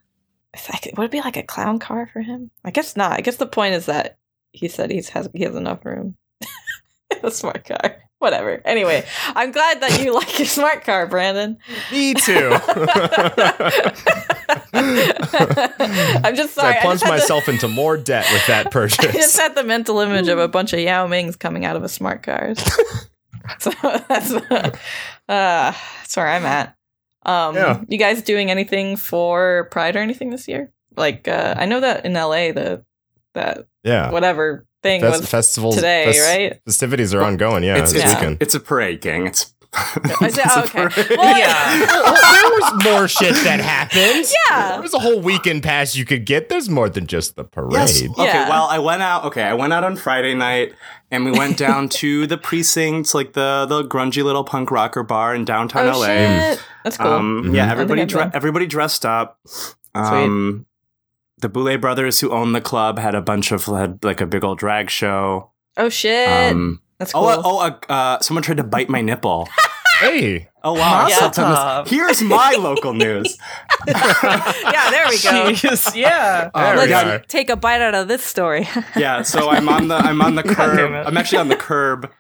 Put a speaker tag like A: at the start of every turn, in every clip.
A: if I could- would it be like a clown car for him? I guess not. I guess the point is that he said he's has he has enough room. a smart car. Whatever. Anyway, I'm glad that you like your smart car, Brandon.
B: Me too.
A: I'm just
B: So
A: sorry.
B: I plunged
A: just had the-
B: myself into more debt with that
A: I just
B: purchase.
A: had the mental image of a bunch of Yao Mings coming out of a smart car. So that's uh, that's where I'm at. Um,
B: Yeah.
A: You guys doing anything for Pride or anything this year? Like uh, I know that in LA the that
B: Yeah.
A: whatever thing
B: Fes-
A: was
B: festivals
A: today,
B: fes-
A: right?
B: Festivities are ongoing. Yeah,
C: it's,
B: this
C: it's,
A: Yeah.
B: weekend.
C: it's a parade, gang. It's,
A: Is it, Oh,
C: it's a
A: okay.
C: parade.
A: Well,
D: Yeah.
A: yeah.
B: there was more shit that happened.
A: Yeah.
B: There was a whole weekend pass you could get. There's more than just the parade.
C: Yes. Okay.
A: Yeah.
C: Well, I went out. Okay, I went out on Friday night, and we went down to the precincts, like the the grungy little punk rocker bar in downtown
A: Oh,
C: LA.
B: Mm.
A: shit. That's cool.
C: Um,
B: Mhm. I
C: Yeah,
B: think
C: everybody
A: I've
C: dre-
A: been.
C: everybody dressed up. Um, the Boulet brothers who own the club had a bunch of had like a big old drag show.
A: oh shit.
C: Um,
A: that's cool.
C: oh, uh, oh, uh, uh, someone tried to bite my nipple.
B: Hey.
C: Oh wow!
D: Yeah.
C: so Thomas- Here's my local news.
A: yeah, there we go.
D: Jeez, yeah.
B: There we
A: Let's
B: go.
A: take a bite out of this story.
C: Yeah, so I'm on the I'm on the curb.
D: damn it.
C: I'm actually on the curb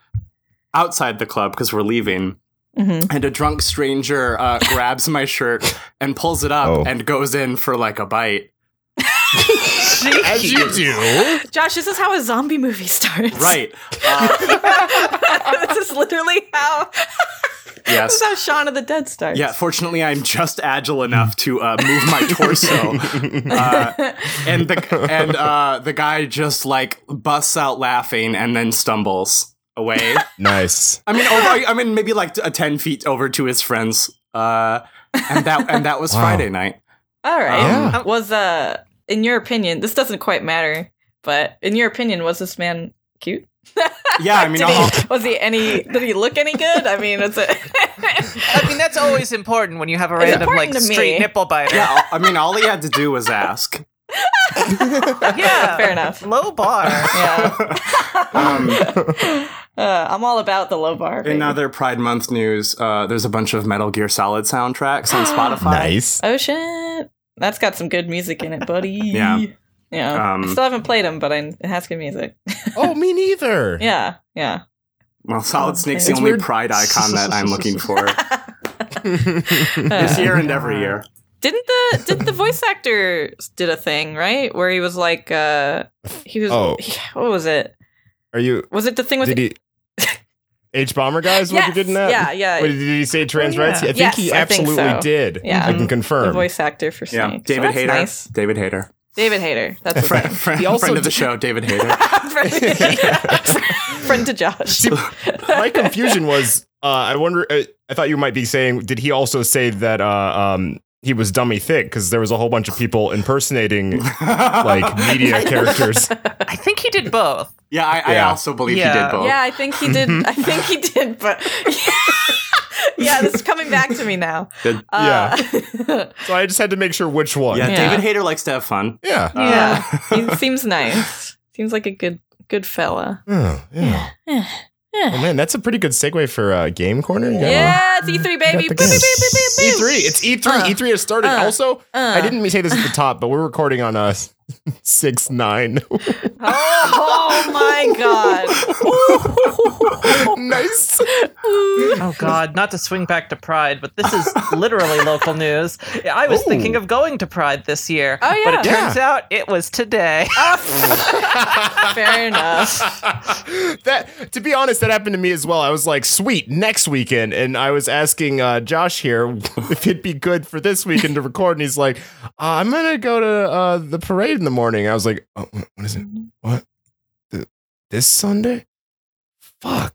C: outside the club because we're leaving.
D: Mm-hmm.
A: Mhm.
C: and a drunk stranger uh, grabs my shirt and pulls it up
B: Oh.
C: and goes in for like a bite.
B: As you do.
A: Josh, this is how a zombie movie starts.
C: Right. Uh,
A: this is literally how this
C: yes.
A: is how Shaun of the Dead starts.
C: Yeah. Fortunately, I'm just agile enough to uh, move my torso, uh, and the and uh, the guy just like busts out laughing and then stumbles away.
B: Nice.
C: I mean, over, I mean, maybe like a ten feet over to his friends. Uh, and that and that was
B: Wow.
C: Friday night.
A: All right.
B: Yeah.
A: Um, Was uh in your opinion, this doesn't quite matter, but in your opinion, was this man cute?
C: Yeah, I mean,
A: Did
C: uh-huh. I'll-
A: he, was he any did he look any good? I mean, it's a
D: I mean, that's always important when you have a random like
A: important to me.
D: straight nipple biter.
C: yeah, I mean, all he had to do was ask.
D: Yeah.
A: fair enough.
D: Low bar.
A: Yeah.
C: Um,
A: Uh, I'm all about the low bar. baby.
C: In other Pride Month news, uh, there's a bunch of Metal Gear Solid soundtracks on Spotify.
B: Nice.
A: Oh shit. That's got some good music in it, buddy.
C: Yeah.
A: Yeah.
C: Um,
A: I still haven't played them, but I, it has good music.
B: Oh, me neither.
A: yeah. Yeah.
C: Well, Solid Snake's
B: It's
C: the only
B: weird.
C: Pride icon that I'm looking for
A: Uh,
C: this year and every year.
A: Didn't the did the voice actor did a thing right where he was like uh he was
B: Oh.
A: what was it
B: Are you?
A: was it the thing with
B: Did he? H bomber guys, what you
A: Yes.
B: didn't that?
A: Yeah, yeah.
B: Wait, did he say trans
D: Oh, yeah.
B: rights? I think
A: Yes,
B: he
A: I think
B: absolutely
A: so.
B: did.
A: Yeah.
B: I can
A: the
B: confirm.
A: voice actor for Snake?
C: Yeah,
A: So
C: David
A: that's
C: Hayter.
A: nice.
C: David Hayter.
A: David Hayter. That's his
C: Friend,
A: friend.
C: friend,
B: He also
C: friend of
B: d-
C: the show, David Hayter.
A: friend to Josh.
B: My confusion was, uh, I wonder. Uh, I thought you might be saying, did he also say that uh, um, he was dummy thick because there was a whole bunch of people impersonating like media characters?
D: I think he did both.
C: yeah, I, I
B: Yeah.
C: also believe he
D: Yeah.
C: did both.
A: Yeah, I think he did. I think he did. But yeah, this is coming back to me now.
C: The-
A: Uh,
B: So I just had to make sure which one.
C: yeah,
B: Yeah.
A: Yeah.
C: David Hayter likes to have fun.
B: Yeah.
D: Yeah.
B: Uh.
A: he seems nice. Seems like a good good fella.
B: Oh, yeah.
A: Yeah.
B: Oh man, that's a pretty good segue for uh, game corner. You got one?
A: Yeah, it's E3, baby.
B: You got
A: Boop, boop,
B: the game.
A: boop, boop, boop, boop.
B: E3. E It's E3.
A: Uh,
B: E3 has started.
A: uh,
B: also,
A: uh.
B: I didn't say this at the top, but we're recording on uh, six nine.
A: Oh, oh my god.
B: nice.
D: Oh God, not to swing back to Pride, but this is literally local news. I was
B: Ooh.
D: thinking of going to Pride this year,
A: Oh, yeah. Ah,
D: but it turns out it was today.
A: Fair enough.
B: that to be honest, that happened to me as well. I was like, "Sweet, next weekend," and I was asking uh, Josh here if it'd be good for this weekend to record, and he's like, uh, "I'm gonna go to uh, the parade in the morning." I was like, oh, wh- "What is it? What Th- this Sunday?" Fuck.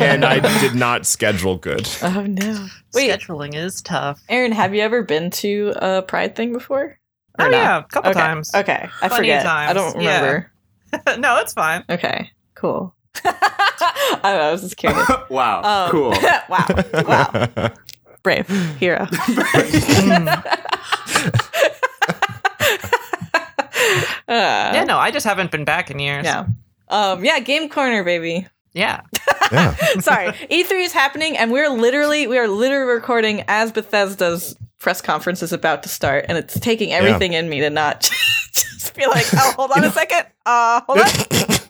B: and I did not schedule good.
A: Oh no. Wait,
D: Scheduling is tough.
A: Aaron, have you ever been to a pride thing before? Or no?
D: Oh yeah, a couple
A: okay.
D: times.
A: Okay. I
D: Plenty
A: forget.
D: of times.
A: I don't
D: Yeah.
A: remember.
D: no, it's fine.
A: Okay. Cool. I, don't know, I was just curious.
C: wow.
A: Um,
C: cool.
A: wow. Wow. Brave hero. Uh,
D: yeah, no, I just haven't been back in years.
A: Yeah. Um, yeah, game corner, baby.
D: yeah.
B: Yeah.
A: Sorry, E3 is happening, and we're literally we are literally recording as Bethesda's press conference is about to start, and it's taking everything in me to not just be like, oh, hold on a second, uh, hold on,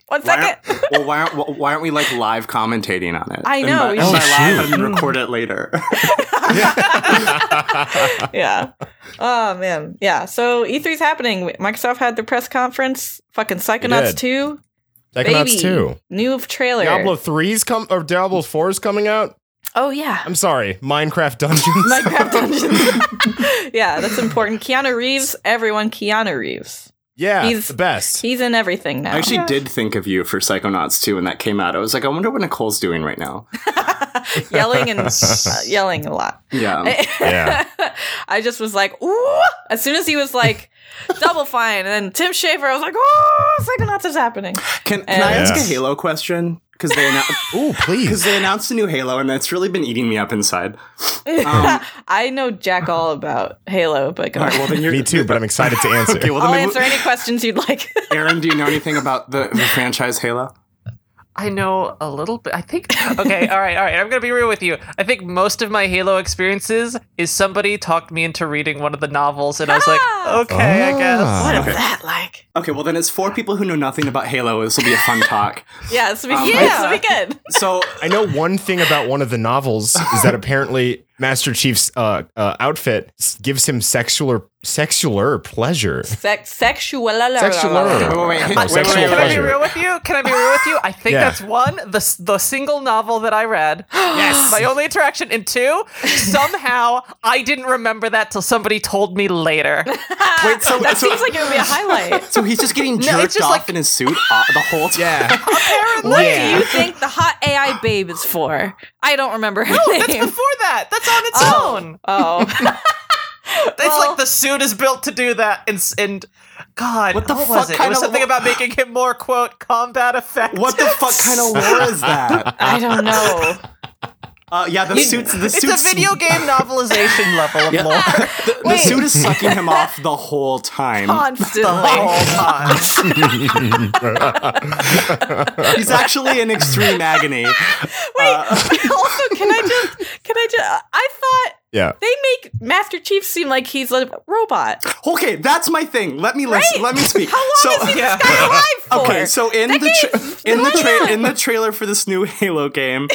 A: one
C: Why
A: second.
C: aren't, well, why aren't why aren't we like live commentating on it?
A: I
C: And
A: know,
C: by-
A: we
C: and by
B: should.
C: live, I mean record it later.
A: yeah. Oh man. E Yeah. So E3's happening. Microsoft had their press conference. Fucking Psychonauts
B: did.
A: two.
B: Psychonauts 2.
A: New trailer.
B: Diablo 3's come or Diablo 4's coming out?
A: Oh yeah.
B: I'm sorry. Minecraft Dungeons.
A: Minecraft Dungeons. yeah, that's important. Keanu Reeves, everyone Keanu Reeves.
B: yeah,
A: He's-
B: the best.
A: He's in everything now.
C: I actually did think of you for Psychonauts 2 when that came out. I was like, I wonder what Nicole's doing right now.
A: yelling and uh, yelling a lot.
C: Yeah.
B: Yeah.
A: I just was like, ooh. As soon as he was like, double fine. And then Tim Schafer, I was like, oh, Psychonauts is happening.
C: Can,
A: uh,
C: can I ask a
B: Yes.
C: Halo question? Because they, annou-
B: Ooh,
C: cause
B: please.
C: they announced a new Halo, and that's really been eating me up inside. Um,
A: I know Jack all about Halo, but go
C: all right, well,
A: ahead.
C: then you're,
B: Me too, but I'm excited to answer.
C: Okay, well, then
A: I'll
C: maybe-
A: answer any questions you'd like.
C: Aaron, do you know anything about the, the franchise Halo?
D: I know a little bit. I think. Okay, all right, all right. I'm gonna be real with you. I think most of my Halo experiences is somebody talked me into reading one of the novels, and I was like,
A: Ah!
D: okay, I guess.
B: Ah.
A: what is that like?
C: Oh, Okay, well then it's four people who know nothing about Halo. This will be a fun talk.
A: Yeah, this will be,
C: Um,
A: yeah. this will be good.
C: So
B: I know one thing about one of the novels is that apparently Master Chief's uh, uh, outfit s- gives him sexual sexual pleasure.
A: Sex, sexual.
B: Sexual.
C: wait, wait,
B: No,
C: wait,
D: Wait,
B: sexual
D: wait, can I be
B: pleasure.
D: real with you? Can I be real with you? I think
B: Yeah.
D: that's one, the, s- the single novel that I read.
B: Yes.
D: My only interaction. And two, somehow I didn't remember that till somebody told me later.
C: wait, so,
A: That
C: so,
A: seems like it would be a highlight.
C: so he's just getting
D: it's
C: jerked
D: just
C: off
D: like-
C: in his suit uh, the whole time.
B: Yeah.
A: What do
B: Yeah.
A: you think the hot AI babe is for? I don't remember her
D: No, that's
A: name.
D: before that. That's on its
A: Oh.
D: own.
A: oh,
D: It's
A: Well-
D: like the suit is built to do that, and s- and God, what
C: the
D: was
C: fuck
D: it? It
C: kind
D: was
C: of
D: something
C: wa-
D: about making him more quote combat effective.
C: What the fuck kind of war is that?
A: I don't know.
C: Uh, yeah, the suits. The
D: It's
C: suits.
D: a video game novelization level of lore.
C: The, the
A: Wait.
C: suit is sucking him off the whole time.
A: Constantly.
D: time.
C: He's actually in extreme
A: Wait.
C: agony.
A: also, can I just? Can I just? I thought
B: Yeah.
A: they make Master Chief seem like he's a robot.
C: Okay, that's my long Let me listen.
A: Right?
C: Let me speak.
A: How long
C: so,
A: is he
D: yeah.
A: this guy alive for?
C: Okay, so in the tra- in the tra- in the trailer for this new Halo game,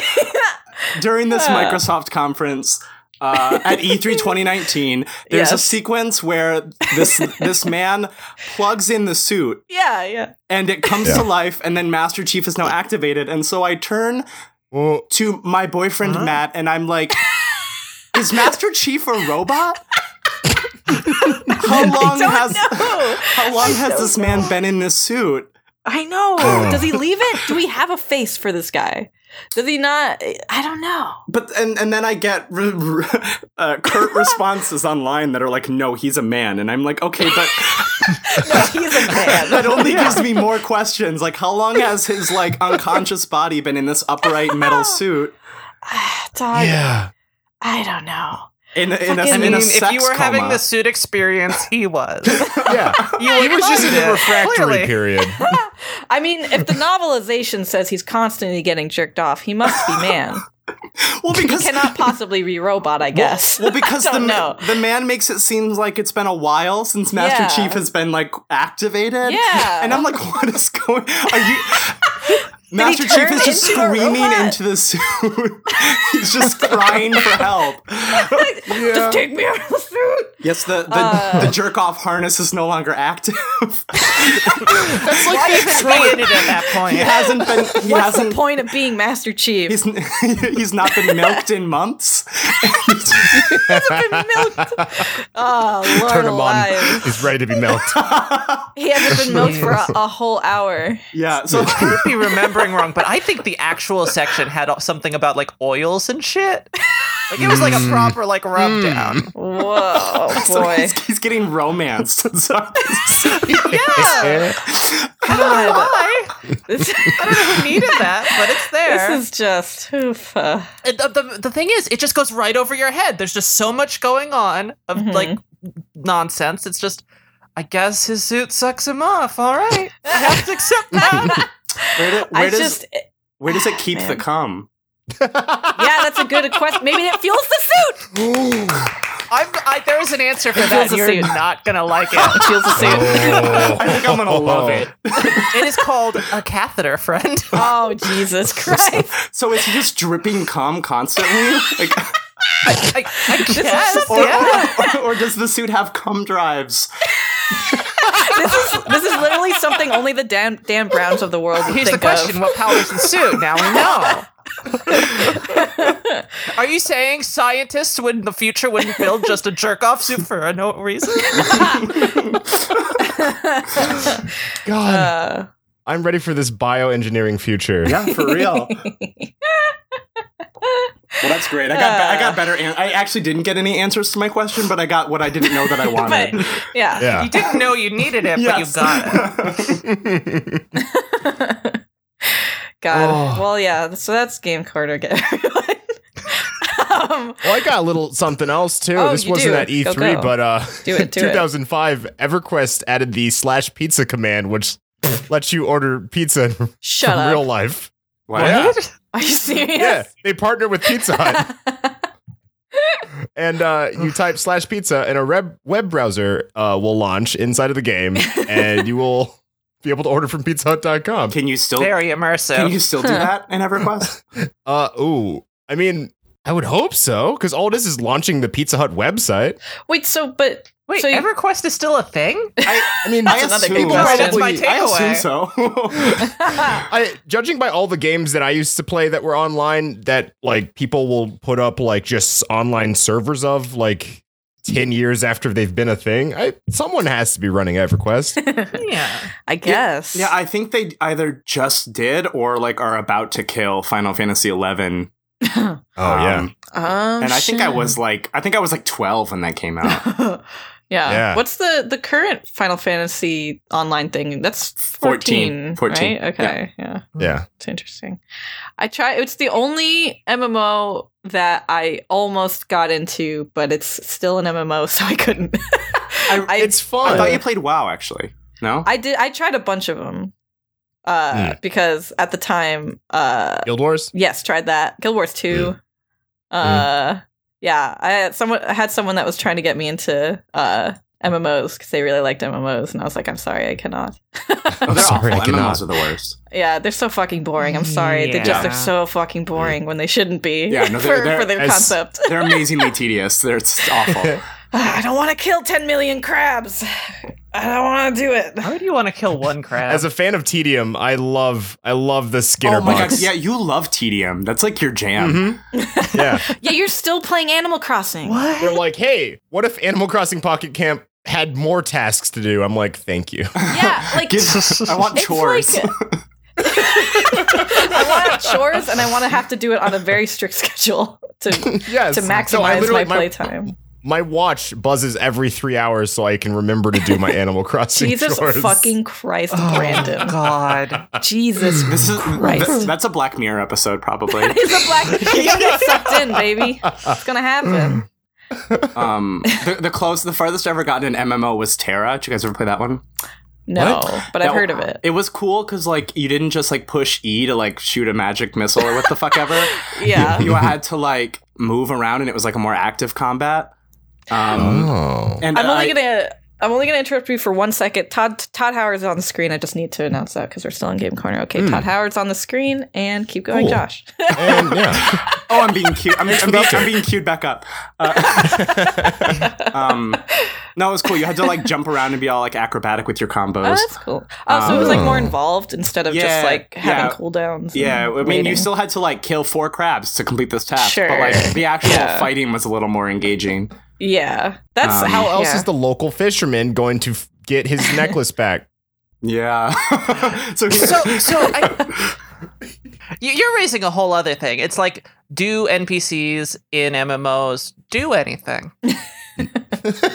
C: during this Microsoft conference uh, at E3 2019, there's a
A: Yes.
C: sequence where this this man plugs in the suit
A: yeah, yeah.
C: and it comes
B: Yeah.
C: to life, and then Master Chief is now activated, and so I turn
B: Well,
C: to my boyfriend Matt, and I'm like, "Is Master Chief a robot?" how long
A: Don't
C: has
A: know.
C: how long has this man been in this suit?
A: I know. Does he leave it? Do we have a face for this guy? Does he not? I don't know.
C: But and and then I get r- r- uh, curt responses online that are like, "No, he's a man," and I'm like, "Okay, but
A: No, he's a man.
C: that only gives me more questions. Like, how long has his like unconscious body been in this upright metal suit
A: Dog,
B: yeah.
A: I don't know.
C: in a, in a,
A: Fucking-
D: I
C: in
D: mean,
C: a
D: if
C: sex
D: you were
C: coma?
D: having the suit experience, he was.
B: Yeah.
D: You
B: He was just in the
D: included,
B: refractory
D: clearly.
B: period.
A: I mean, if the novelization says he's constantly getting jerked off, he must be man.
C: well, because
A: Cannot possibly be robot, I guess.
C: well, because
A: I
C: the
A: don't
C: ma-
A: know.
C: the man makes it seem like it's been a while since Master
A: Yeah.
C: Chief has been like activated.
A: Yeah.
C: and I'm like, what is going? Are you? Master Chief
A: turn
C: is just
A: into a
C: screaming
A: robot?
C: into the suit. He's just crying for help.
A: Just take me out of the suit.
C: Yes, the the,
A: Uh.
C: the jerk off harness is no longer active.
D: Why even be in it at that point?
C: he hasn't been. He
A: What's the
C: hasn't.
A: point of being Master Chief?
C: He's, he's not been milked in months.
A: been milked. Oh, Lord
B: Turn him on.
A: alive.
B: He's ready to be melted.
A: He hasn't been milked for a, a whole hour.
C: Yeah, so
D: I might be remembering wrong, but I think the actual section had something about like oils and shit. Like it was like a proper like rub down.
A: Whoa,
C: so
A: boy.
C: he's, he's getting romanced. So-
B: Yeah.
A: God.
D: Why?
A: This,
D: I don't know who needed that, but it's there.
A: this is just oof. uh,
D: It- the, the, the thing is, it just goes right over your head. There's just so much going on of
A: Mhm.
D: like nonsense. It's just, I guess his suit sucks him off. All right, I have to accept that.
C: where, do, where
A: I
C: does
A: just Ah,
C: where does it keep the cum?
A: yeah, that's a good question. Maybe it fuels the suit.
D: I'm, I, there is an answer for that.
A: feels
D: and
A: a
D: You're
A: suit.
D: not gonna like it.
A: Fuels the suit.
B: Oh.
C: I think I'm gonna love it.
D: It is called a catheter, friend.
A: Oh Jesus Christ!
C: So is he just dripping cum constantly? Like,
D: I, I guess.
C: or,
D: yeah.
C: or, or does the suit have cum drives?
A: this is this is literally something only the Dan Dan Browns of the world would
D: Here's the
A: think
D: question:
A: of.
D: What powers ensue? Now we know. Are you saying scientists would in the future wouldn't build just a jerk off suit for no reason?
B: God,
A: Uh,
B: I'm ready for this bioengineering future.
C: Yeah, Oh, for real. well, that's great. I got be- I got better. An- I actually didn't get any answers to my question, but I got what I didn't know that I
A: but
C: wanted.
A: yeah.
B: Yeah.
D: You didn't know you needed it, but you
C: Yes.
D: got it.
A: God.
B: Oh.
A: Well, yeah. So that's game card again. um,
B: Well, I got a little something else too.
A: Oh,
B: this
A: you
B: wasn't
A: do.
B: at E3,
A: Go, go.
B: but uh,
A: Do it, do it.
B: 2005, EverQuest added the slash pizza command, which lets you order pizza in
A: shut up.
B: real life.
C: Wow.
B: Yeah.
A: Are you serious?
B: Yeah, they partner with Pizza Hut, and uh, you type slash pizza, and a web web browser uh, will launch inside of the game, and you will be able to order from PizzaHut.com.
C: Can you still
D: Very
C: can
D: immersive.
C: you still do that in EverQuest?
B: Uh, ooh, I mean, I would hope so, because all it is is launching the Pizza Hut website.
A: Wait. So, but
D: Wait,
A: So you-
D: EverQuest is still a thing?
B: I, I mean,
C: I
A: another
C: assume-
A: big question.
D: That's my
C: I assume
D: takeaway.
C: so.
B: I judging by all the games that I used to play that were online that like people will put up like just online servers of like 10 years after they've been a thing. I someone has to be running EverQuest.
A: Oh,
D: Yeah.
A: I guess.
C: yeah, I think they either just did or like are about to kill Final Fantasy Eleven. Um,
A: Um,
C: and I think I
A: shit.
C: was like I think I was like twelve when that came out.
A: yeah.
B: Yeah.
A: What's the the current Final Fantasy online thing? That's 14,
C: 14, 14,
A: right? Okay. Yeah.
B: Yeah.
A: It's interesting. I try it's the only MMO that I almost got into, but it's still an MMO so I couldn't. I, I,
B: it's fun.
C: I thought you played WoW actually. No,
A: did Oh, I tried a bunch of them. Uh
B: Hmm.
A: because at the time uh
B: Guild Wars?
A: Yes, tried that. Guild Wars 2. Uh yeah, I had someone I had someone that was trying to get me into uh MMOs because they really liked MMOs, and I was like, I'm sorry, I cannot.
C: oh, they're
B: Sorry, I
C: awful.
B: cannot.
C: MMOs are the worst.
A: yeah, they're so fucking boring. I'm sorry. They just they're
D: Yeah.
A: so fucking boring when they shouldn't be.
C: Yeah, no, they're-
A: for,
C: they're
A: for their
B: as-
A: concept.
C: They're amazingly tedious. They're it's awful.
A: I don't want to kill 10 million crabs. I don't want to do it.
D: Why would you want to kill one crab?
B: As a fan of Tedium, I love I love the Skinner
C: oh my
B: box.
C: god, yeah, you love tedium. That's like your jam.
A: Mm-hmm.
B: yeah.
A: Yeah, you're still playing Animal Crossing.
D: what?
B: They're like, "Hey, what if Animal Crossing Pocket Camp had more tasks to do?" I'm like, "Thank you."
A: Yeah, like
C: Give- I want
A: It's
C: chores.
A: like- I want chores and I want to have to do it on a very strict schedule to
B: yes.
A: to
B: No, I
A: maximize my
B: literally-
A: playtime.
B: My watch buzzes every three hours so I can remember to do my Animal Crossing
A: Jesus
B: chores.
A: fucking Christ, Brandon.
D: God.
A: Jesus
C: this is
A: Christ.
C: th- that's a Black Mirror episode probably.
A: He's a black. You're gonna get sucked in, baby. It's gonna happen.
C: um, the, the close, the farthest I ever gotten in MMO was Terra. Did you guys ever play that one?
A: No, but I've
C: That-
A: heard of it.
C: It was cool because like you didn't just like push E to like shoot a magic missile or what the fuck ever.
A: Yeah.
C: You had to like move around and it was like a more active combat. Um,
B: Oh.
C: and
A: I'm only
C: I-
A: gonna. I'm only going to interrupt you for one second. Todd Todd Howard's on the screen. I just need to announce that because we're still in Game Corner. Okay, Todd Howard's on the screen, and keep going,
B: Cool.
A: Josh.
B: And yeah.
C: Oh, I'm being cute. I'm, I'm, being, I'm being cued back up. Uh, um, no, it was cool. You had to like jump around and be all like acrobatic with your
A: Oh,
C: combos.
A: that's cool. Oh, so it was like more involved instead of
C: Yeah,
A: just like having
C: yeah.
A: cooldowns.
C: yeah, I
A: and
C: mean, you
A: waiting.
C: still had to like kill four crabs to complete this task,
A: Sure.
C: but like the actual
A: Yeah.
C: fighting was a little more engaging.
A: Yeah, that's
C: Um,
B: How else
A: yeah.
B: is the local fisherman going to f- get his necklace back?
C: Yeah. so,
D: so so I, You- you're raising a whole other thing it's like do npcs in mmos do anything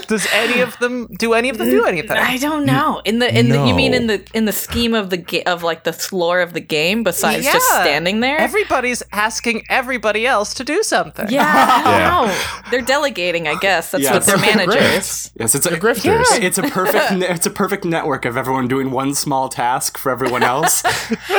D: does any of them do any of them do anything
A: I don't know. In the in the, you mean
B: No.
A: in the in the scheme of the ga- of like the lore of the game besides just
D: Yeah.
A: standing there?
D: everybody's asking everybody else to do something
A: yeah, I don't
B: Yeah.
A: know. They're delegating, I guess. That's
C: Yeah,
A: what their
B: perfect
A: managers.
C: yes, it's a
B: grifters.
C: Yeah, it's a perfect ne- it's a perfect network of everyone doing one small task for everyone else.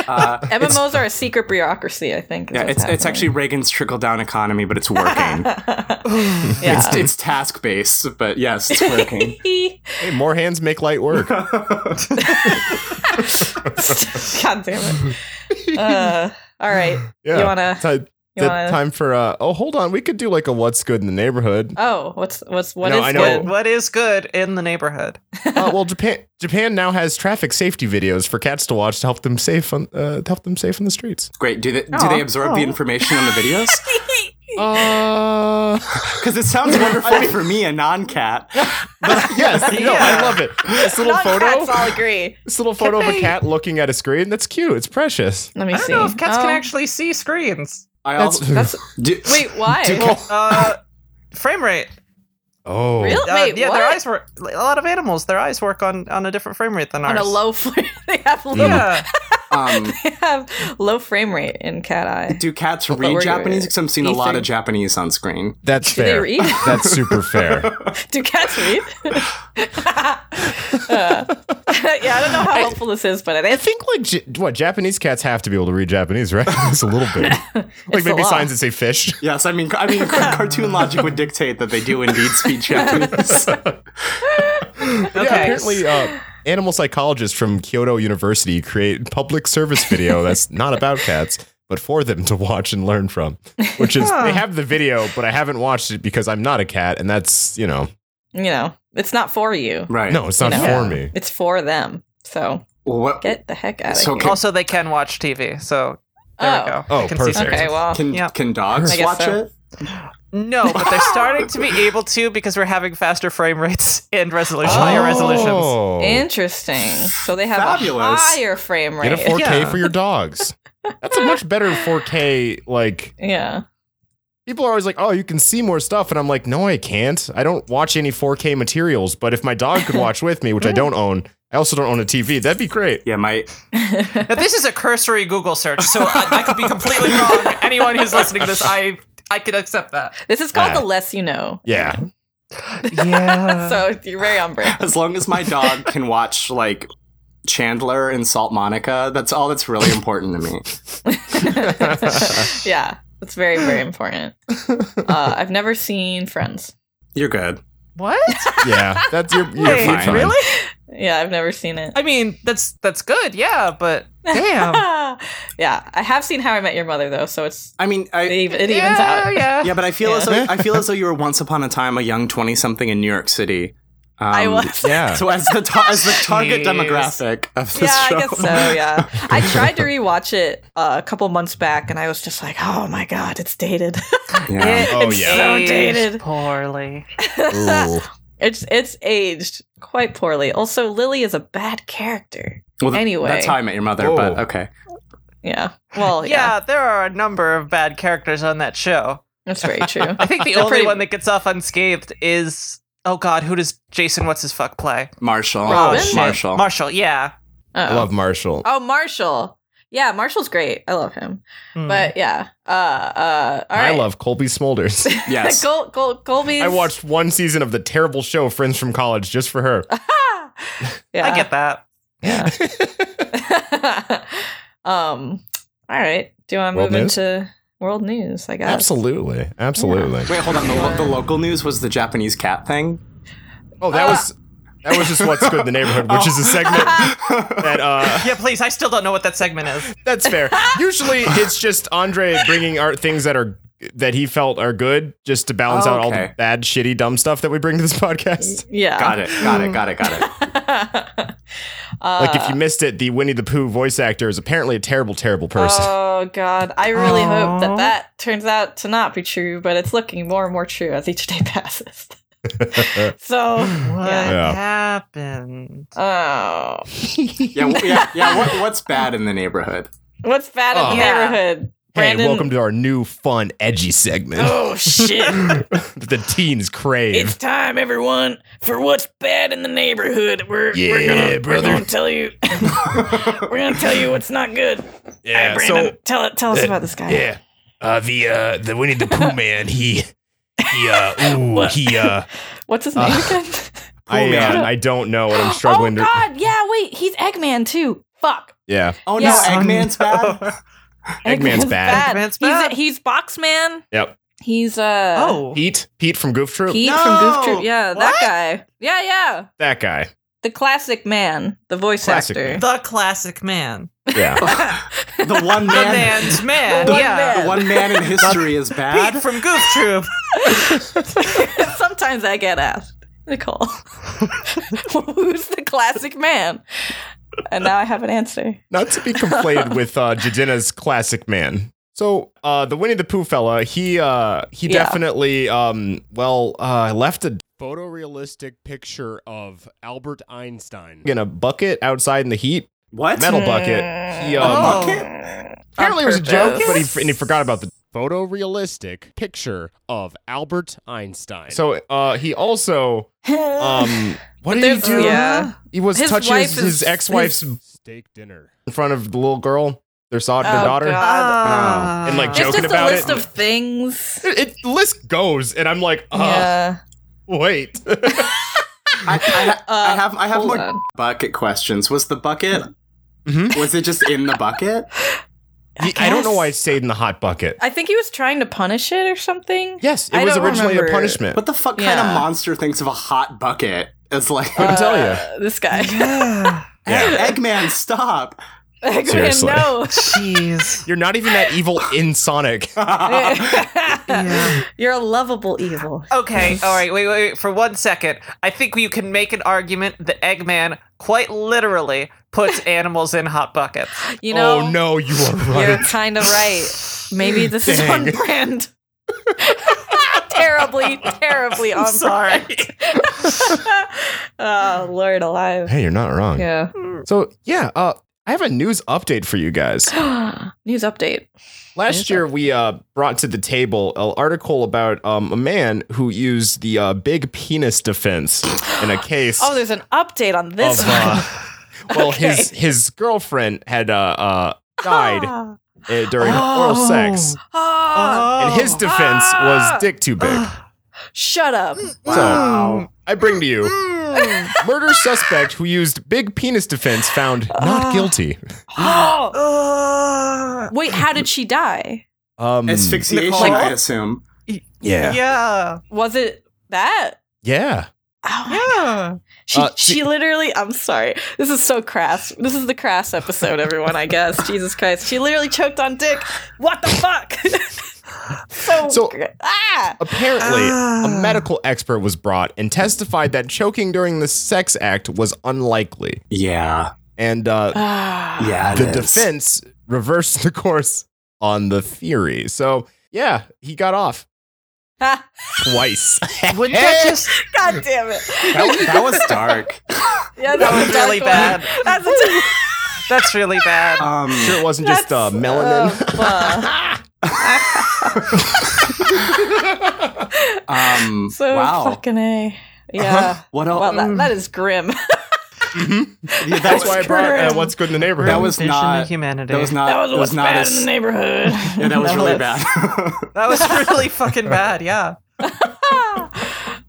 C: Uh,
A: MMOs are a secret bureaucracy, I think. is
C: yeah,
A: what's
C: it's it's actually
A: happening.
C: Reagan's trickle down economy, but it's working.
A: yeah.
C: It's, it's task based, but yes, it's working.
B: Hey, more hands make light work.
A: God damn it. Uh, all right.
B: Yeah.
A: You wanna-
B: That's how-
A: You
B: the
A: wanna-
B: time for uh oh hold on we could do like a what's good in the neighborhood
A: Oh, what's what's what is
B: No, I know.
A: good?
D: What is good in the neighborhood?
B: uh, well japan japan now has traffic safety videos for cats to watch to help them safe on uh, to help them safe in the streets
C: Great. Do they, do
A: Aw,
C: they absorb the
A: aw.
C: information on the videos?
B: uh
C: Because it sounds wonderful for me, a non-cat.
B: yes no i love it this little
A: Non-cats
B: photo
A: all agree.
B: this little photo of
D: they-
B: a cat looking at a screen that's cute it's precious
A: Let me
D: I don't
A: see.
D: know if cats can
A: Oh,
D: actually see screens.
C: I
B: that's
C: also
A: That's
C: do,
A: wait, why?
C: Do
A: Well,
C: ca-
D: Uh, frame rate.
B: oh
A: Really?
D: Uh,
A: Wait,
D: yeah,
A: what?
D: their eyes work. A lot of animals, their eyes work on on a different frame rate than
A: on
D: ours.
A: a low frame, they have low,
D: Yeah.
C: um,
A: they have low frame rate in cat eye.
C: do cats
A: we're
C: read
A: doing
C: Japanese?
A: it.
C: Because I'm seeing a lot
A: Ethan.
C: of Japanese on screen.
B: that's
A: Do they
B: fair
A: read?
B: that's super fair
A: Do cats read? Uh, yeah, I don't know how helpful this is, but it
B: I
A: is.
B: think like J- what Japanese cats have to be able to read Japanese, right? It's a little bit like
A: the
B: maybe
A: law.
B: signs that say fish.
C: Yes, I mean, I mean, ca- cartoon logic would dictate that they do indeed speak Japanese.
D: Okay.
B: Yeah, apparently, uh, animal psychologists from Kyoto University create public service video that's not about cats, but for them to watch and learn from. Which is they have the video, but I haven't watched it because I'm not a cat, and that's you know,
A: You know, it's not for you.
C: right.
B: no, it's not
A: No.
B: for me.
A: It's for them. So
C: Well, what,
A: get the heck out of
C: So
A: here.
C: can-
D: Also, they can watch TV, so there
A: Oh.
D: we go.
B: Oh,
D: They can
B: perfect.
D: screens.
A: Okay, well,
C: can
D: Yeah.
C: can dogs
A: I guess
C: watch
A: so.
C: it?
D: No, but they're starting to be able to because we're having faster frame rates and resolution, higher resolutions.
B: Oh.
A: interesting. So they have
C: Fabulous.
A: a higher frame
B: Get a
A: rate.
B: 4K
D: Yeah.
B: for your dogs. That's a much better 4K. Like
A: yeah.
B: people are always like, "Oh, you can see more stuff," and I'm like, "No, I can't. I don't watch any 4K materials. But if my dog could watch with me, which I don't own, I also don't own a TV. That'd be great."
C: Yeah, my
D: Now, this is a cursory Google search, so I, I could be completely wrong. Anyone who's listening to this, I I could accept that.
A: This is called
B: Yeah.
A: the less you know.
B: Yeah.
C: Uh.
D: Yeah.
A: So you're very on brand.
C: as long as my dog can watch like Chandler and Salt Monica, that's all that's really important to me.
A: yeah, it's very very important. Uh, I've never seen Friends.
C: You're good.
D: what?
B: Yeah, that's your. You're
D: Wait,
B: fine.
D: really?
A: Yeah, I've never seen it.
D: I mean, that's that's good, yeah, but damn.
A: yeah, I have seen How I Met Your Mother though, so it's
C: I mean, I
A: it, even- it evens
D: yeah,
A: out.
D: yeah.
C: yeah, but I feel
A: Yeah.
C: as though I feel as though you were once upon a time a young twenty something in New York City. Um,
A: I was.
B: Yeah.
C: So as the ta- as the target
D: Jeez.
C: demographic of this
A: Yeah,
C: show,
A: I guess so. Yeah, I tried to rewatch it uh, a couple months back, and I was just like, "Oh my god, it's dated.
C: Yeah.
B: Oh,
A: it's
B: yeah.
A: so
D: Aged
A: dated.
D: Poorly.
B: Ooh.
A: It's it's aged quite poorly. Also, Lily is a bad character.
C: Well, th-
A: Anyway.
C: that's how I met your mother.
B: Oh.
C: But okay,
A: Yeah. Well, Oh, yeah,
D: Yeah, there are a number of bad characters on that show.
A: that's very true.
D: I think the
A: They're
D: only
A: pretty-
D: one that gets off unscathed is oh god, who does Jason what's his fuck play?
C: Marshall,
A: Robin?
C: Oh, Marshall,
D: Marshall, yeah.
B: I
A: Uh-oh.
B: love Marshall.
A: Oh, Marshall. Yeah, Marshall's great. I love him.
D: Hmm.
A: But yeah, uh, uh, all right.
B: I love Colby Smolders.
C: Yes,
A: Col- Col- Colby's.
B: I watched one season of the terrible show Friends from College just for her.
A: Yeah.
D: I get that.
A: that. um. All right. Do you want to
B: World
A: move
B: news?
A: into world news? I guess.
B: Absolutely. Absolutely.
C: Wait, hold on. The, lo- the local news was the Japanese cat thing.
B: Oh, that was that was just what's good in the neighborhood, which is a segment that uh
D: Yeah, please, I still don't know what that segment is.
B: That's fair. Usually, it's just Andre bringing art things that are that he felt are good, just to balance
C: Oh,
B: out all
C: okay.
B: the bad, shitty, dumb stuff that we bring to this podcast.
A: Yeah.
C: Got it. Got it. Got it. Got it.
A: Uh,
B: like if you missed it, the Winnie the Pooh voice actor is apparently a terrible, terrible person.
A: Oh God! I really hope
D: Aw.
A: that that turns out to not be true, but it's looking more and more true as each day passes. so,
D: What
A: yeah.
B: Yeah.
D: happened?
A: oh,
C: Yeah. wh- Yeah. yeah what, what's bad in the neighborhood?
A: what's bad in
B: Oh.
A: the
D: Yeah.
A: neighborhood?
B: hey, welcome to our new, fun, edgy segment
A: Oh shit!
B: that the teens crave.
A: It's time, everyone, for what's bad in the neighborhood. We're, we're,
B: Yeah,
A: gonna, we're
B: brother.
A: gonna tell you. we're gonna tell you what's not good.
B: yeah,
A: All right, Brandon, tell it. Tell us about this guy.
B: Yeah. Uh, the uh, the Winnie the Pooh man, he he uh, ooh, he uh,
A: What's his name again?
B: I,
C: man.
B: uh, I don't know what Uh, I'm struggling to.
A: oh God! Yeah, wait, he's Eggman too. Fuck.
B: Yeah,
C: Oh
A: Yeah.
C: no, Eggman's bad.
B: Eggman's bad.
D: Eggman's bad.
A: He's, he's Boxman.
B: Yep.
A: He's uh.
D: Oh.
B: Pete Pete from Goof Troop,
A: Pete
D: No!
A: from Goof Troop. Yeah, that
D: What?
A: guy. Yeah, yeah.
B: that guy.
A: The classic man, the voice
B: Classic
A: actor.
B: man.
D: The classic man.
B: Yeah.
C: The one
D: The
C: man,
D: man's man.
C: the,
D: yeah.
C: the one man in history is
D: Pete
C: bad.
D: from Goof Troop.
A: Sometimes I get asked, Nicole, who's the classic man? And now I have an answer.
B: Not to be conflated with uh, Jadina's classic man. So uh, the Winnie the Pooh fella, he uh, he
A: Yeah.
B: definitely um, well uh, left a photorealistic picture of Albert Einstein in a bucket outside in the heat,
C: What?
B: metal
A: Hmm.
B: bucket. He um,
D: Oh.
B: apparently it was a joke,
A: Mm. purpose.
B: but he, and he forgot about the photorealistic picture of Albert Einstein. So uh, he also um, what did he
A: there's-
B: do?
A: yeah.
B: He was
A: His
B: touching
A: wife
B: his,
A: is-
B: his ex-wife's steak dinner in front of the little girl, their, so- their
A: Oh,
B: daughter.
A: God.
D: Ah.
B: Oh. And, like,
A: It's
B: joking
A: just a
B: about
A: list
B: it.
A: of things.
B: It, it- the list goes, and I'm like, uh,
A: yeah.
B: wait.
C: I, I, ha- I
A: Uh,
C: have I have
A: hold
C: more
A: on.
C: bucket questions. Was the bucket?
B: Mhm.
C: Was it just in the bucket?
B: I, don't know
A: guess.
B: why it stayed in the hot bucket.
A: I think he was trying to punish it or something.
B: yes, it
A: I
B: was
A: don't
B: originally
A: remember.
B: a punishment.
C: What the fuck kind of
A: Yeah.
C: monster thinks of a hot bucket? It's like
B: Couldn't tell ya.
A: Uh, This guy.
D: Yeah.
B: Yeah.
C: Eggman, stop.
A: Eggman,
B: Seriously.
A: no.
D: Jeez.
B: You're not even that evil in Sonic.
D: Yeah.
A: You're a lovable evil.
D: Okay, all right, wait, wait, wait, for one second. I think you can make an argument that Eggman quite literally puts animals in hot buckets.
A: You know.
B: oh no, you are
A: You're
B: right.
A: kind of right. Maybe this is on brand. terribly, terribly on
D: sorry.
A: brand. oh, Lord alive.
B: hey, you're not wrong.
A: Yeah.
B: So yeah, uh, I have a news update for you guys.
A: News update.
B: Last year, we uh, brought to the table an article about um, a man who used the uh, big penis defense in a case.
A: Oh, there's an update on this
B: of,
A: one.
B: uh, well, his his girlfriend had uh, uh, died uh,
A: Ah.
B: during oral
C: Oh.
B: sex,
A: Ah.
B: and his
D: Oh.
B: defense
A: Ah.
B: was dick too big.
A: shut up.
B: So
C: Wow.
B: I bring to you murder suspect who used big penis defense found
A: Ah.
B: not guilty.
A: Oh.
D: Uh,
A: Wait, how did she die?
B: Um,
C: Asphyxiation,
D: Nicole?
C: I assume.
D: Yeah. Yeah.
A: Was it that?
B: yeah.
A: Oh, my
D: Yeah.
A: She,
B: Uh,
A: she literally, I'm sorry. This is so crass. This is the crass episode, everyone, I guess. Jesus Christ. She literally choked on dick. What the fuck? so,
B: So-
A: gr- ah!
B: Apparently,
D: Ah.
B: a medical expert was brought and testified that choking during the sex act was unlikely.
C: Yeah.
B: And uh,
A: Ah.
C: Yeah. it
B: the
C: is.
B: defense reversed the course on the theory. So, yeah, he got off
A: Ah,
B: twice.
D: Wouldn't that just
A: God damn it.
C: That, was- that was dark.
A: Yeah,
D: That
A: a
D: was really
A: dark one.
D: bad.
A: That's a t-
D: that's really bad.
C: Um,
B: sure, it wasn't just uh,
A: that's-
B: melanin.
A: oh, fuck.
C: um,
A: so
C: wow. Uh-huh. mm.
A: fucking A. Yeah.
C: What else?
A: Well, that, that is grim.
C: Uh, yeah,
B: That's
C: was-
B: why I brought uh, What's Good in the Neighborhood.
C: That was
D: Vision of
C: not-
D: humanity.
C: That was not.
A: That was
C: that
A: what's
C: was not
A: bad in
C: as.
A: the neighborhood.
C: Yeah, that was really
A: that's-
C: bad.
D: That was really fucking bad. Yeah.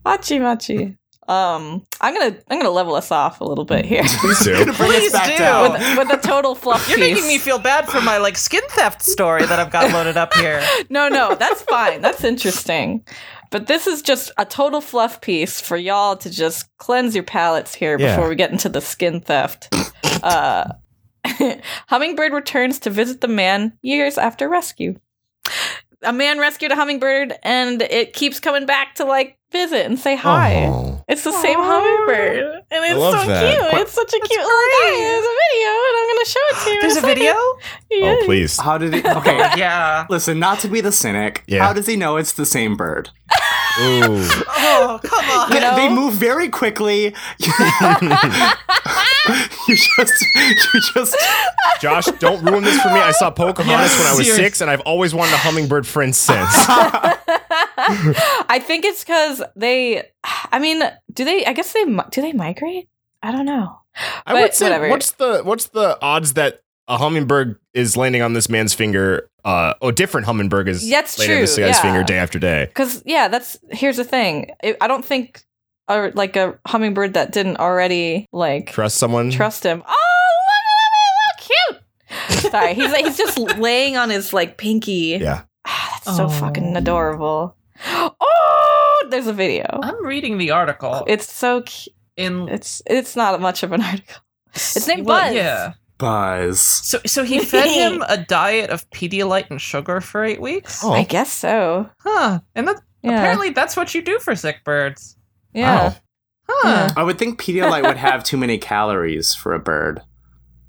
A: machi machi. Um, I'm gonna I'm gonna level us off a little bit here
B: Please do.
C: Bring us
D: Please
C: back
D: do.
C: down.
A: with, with the total fluff.
D: You're
A: piece.
D: making me feel bad for my like skin theft story that I've got loaded up here.
A: no, no, that's fine. That's interesting. But this is just a total fluff piece for y'all to just cleanse your palates here
B: Yeah.
A: before we get into the skin theft. uh, hummingbird returns to visit the man years after rescue. A man rescued a hummingbird and it keeps coming back to like visit and say hi.
B: Oh.
A: It's the same hummingbird. And it's
B: love
A: so
B: that.
A: cute.
B: Qu-
A: It's such a cute little guy. There's a video and I'm going to show it to you. in
D: There's a
A: second.
D: video?
A: Yeah.
B: Oh, please.
A: Ah.
C: How did he? Okay,
D: Yeah.
C: listen. Not to be the cynic.
B: Yeah.
C: How does he know it's the same bird?
B: Ooh.
D: Oh, come on.
A: You know?
C: They move very quickly. you just, you just.
B: Josh, don't ruin this for me. I saw Pocahontas when I was six, and I've always wanted a hummingbird friend since.
A: I think it's because they, I mean, do they, I guess they, mi- do they migrate? I don't know.
B: I
A: But
B: would say,
A: whatever.
B: what's the what's the odds that a hummingbird is landing on this man's finger? Uh, oh, different hummingbird is
A: That's
B: landing on this
A: true,
B: guy's
A: yeah.
B: finger day after day.
A: Because, yeah, that's, here's the thing. I I don't think, or like a hummingbird that didn't already, like,
B: Trust someone.
A: trust him. Oh, look, look, look, look, cute. Sorry. He's like, he's just laying on his, like, pinky.
B: Yeah.
A: Ah, that's so
D: Oh.
A: fucking adorable. Oh, there's a video.
D: I'm reading the article.
A: It's so cute.
D: in
A: It's it's not much of an article. It's named
D: Well,
A: Buzz.
D: Yeah.
C: Buzz.
D: So, so he fed him a diet of Pedialyte and sugar for eight weeks.
B: Oh,
A: I guess so.
D: Huh. And that,
A: Yeah.
D: apparently that's what you do for sick birds.
A: Yeah.
D: Huh.
C: I would think Pedialyte would have too many calories for a bird.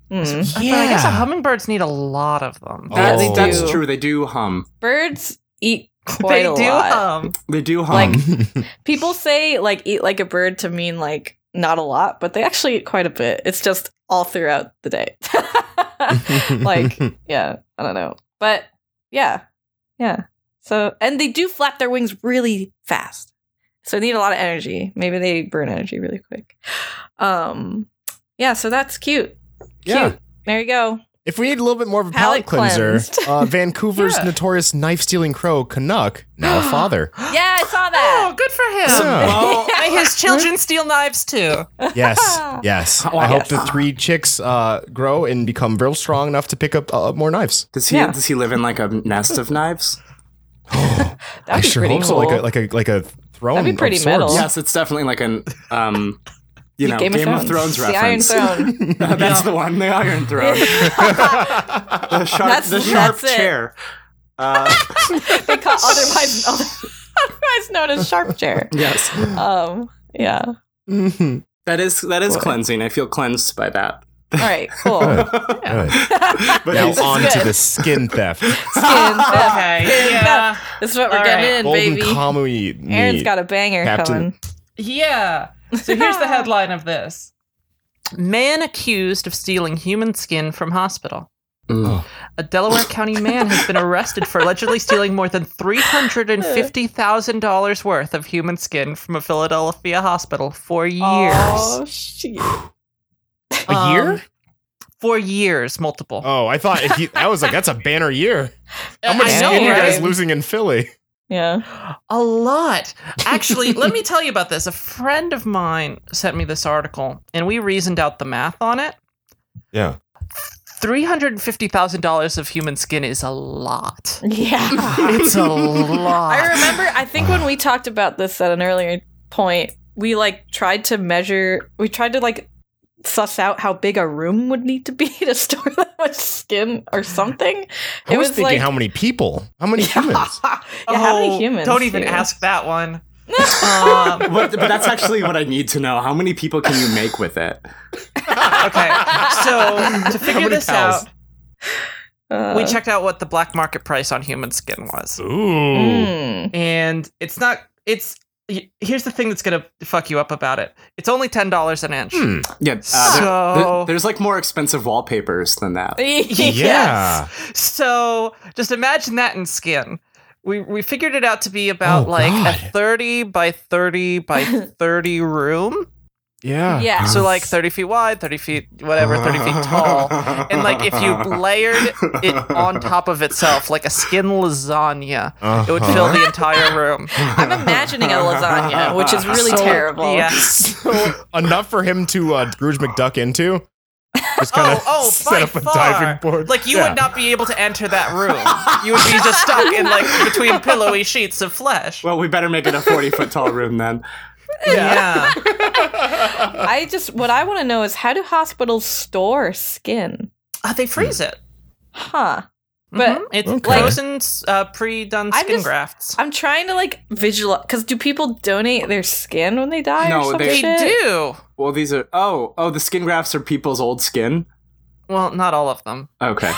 A: Mm.
D: I- But I guess the hummingbirds need a lot of them.
B: Oh.
C: That's,
B: they
C: that's
A: do.
C: true. They do hum.
A: Birds eat quite
D: They
A: a
D: do
A: lot.
D: hum.
C: They do hum.
A: Like- People say like eat like a bird to mean like not a lot, but they actually eat quite a bit. It's just all throughout the day.
B: Um.
A: like yeah, I don't know. But yeah. Yeah. So and they do flap their wings really fast. So they need a lot of energy. Maybe they burn energy really quick. Um yeah, so that's cute.
B: yeah.
A: Cute. There you go.
B: If we need a little bit more of a palate,
A: Palate
B: cleanser,
A: cleansed.
B: uh, Vancouver's
D: Yeah.
B: notorious knife stealing crow, Canuck, now a father.
A: Yeah, I saw
D: Oh,
A: that.
D: good for him.
B: Yeah.
C: well,
D: May his children steal knives too.
B: Yes, yes.
C: Oh,
B: I hope
C: yes.
B: the three chicks uh, grow and become real strong enough to pick up uh, more knives.
C: does he
A: Yeah.
C: does he live in like a nest of knives?
A: That'd
B: I
A: be
B: sure
A: pretty
B: hope
A: cool.
B: so. Like a like a like a throne.
A: That'd be
B: of
A: pretty
B: swords.
A: metal. Yeah.
C: Yes, it's definitely like an um, you know, Game, of, Thrones.
A: the
C: reference.
A: Iron Throne.
C: that's the one, the Iron Throne. the sharp,
A: That's-
C: the sharp
A: that's it.
C: chair. Uh,
A: they call otherwise otherwise known as sharp chair.
C: yes,
A: Um, yeah.
B: Mhm.
C: that is that is
A: What?
C: cleansing. I feel cleansed by that.
A: All right. Cool. Skin
B: Good.
C: But
B: Now
C: he's-
B: on to
A: good.
B: the skin theft.
A: theft.
D: Okay.
A: yeah. This is what we're
D: All
A: getting
D: right.
A: in,
B: Golden
A: baby.
B: kamui meat.
A: Aaron's got a banger
B: Captain-
A: coming.
D: Yeah. So here's the headline of this Man accused of stealing human skin from hospital.
B: Oh.
C: Mm.
D: A Delaware County man has been arrested for allegedly stealing more than $350,000 worth of human skin from a Philadelphia hospital for years.
A: Oh shit.
B: a year?
D: Um, for years, multiple.
B: oh, I thought he, I was like, that's a banner year. How much
D: I know,
B: skin are you guys
D: right?
B: losing in Philly?
A: Yeah.
D: A lot. Actually, let me tell you about this. A friend of mine sent me this article, and we reasoned out the math on it.
B: Yeah.
D: $350,000 of human skin is a lot.
A: Yeah.
D: It's a lot.
A: I remember I think when we talked about this at an earlier point, we like tried to measure we tried to like suss out how big a room would need to be to store that much skin or something.
B: I
A: It
B: was,
A: was
B: thinking
A: like-
B: how many people, how many humans.
A: yeah, how many humans?
D: Oh, Don't even
A: do?
D: ask that one. um,
C: But, but that's actually what I need to know. How many people can you make with it?
D: okay. So, to figure
B: many
D: this
B: cows?
D: out,
A: Uh,
D: we checked out what the black market price on human skin was.
B: Ooh.
A: mm.
D: And it's not, it's, y- here's the thing that's going to fuck you up about it it's only $10 an inch.
B: Hmm. Ah,
C: Yeah, uh, there-
D: So-
C: there- there's like more expensive wallpapers than that.
B: Yeah.
D: So just imagine that in skin. We we figured it out to be about
B: Oh,
D: like a
B: God.
D: 30 by 30 by 30 room.
B: Yeah.
A: Yeah.
D: So like 30 feet wide, 30 feet whatever, 30 feet tall. And like if you layered it on top of itself like a skin lasagna,
B: Uh-huh.
D: it would fill the entire room.
A: I'm imagining a lasagna, which is really
D: So-
A: terrible.
D: Yeah.
B: So, enough for him to uh, Scrooge McDuck into. Just kind
D: Oh,
B: of
D: oh, by
B: set up a
D: far.
B: diving board.
D: Like you
B: Yeah.
D: would not be able to enter that room. You would be just stuck in like between pillowy sheets of flesh.
C: Well, we better make it a 40 foot tall room then.
D: yeah.
A: I just what I want to know is how do hospitals store skin?
D: Uh, they freeze it.
A: Huh. But
D: Mhm. it's
B: Okay.
D: frozen, uh, pre-done
A: I'm
D: skin
A: just-
D: grafts.
A: I'm trying to like visualize because do people donate their skin when they die?
C: No,
A: or some
D: they
C: they-
A: shit?
D: do.
C: Well, these are. Oh, oh, the skin grafts are people's old skin?
D: Well, not all of them.
C: Okay.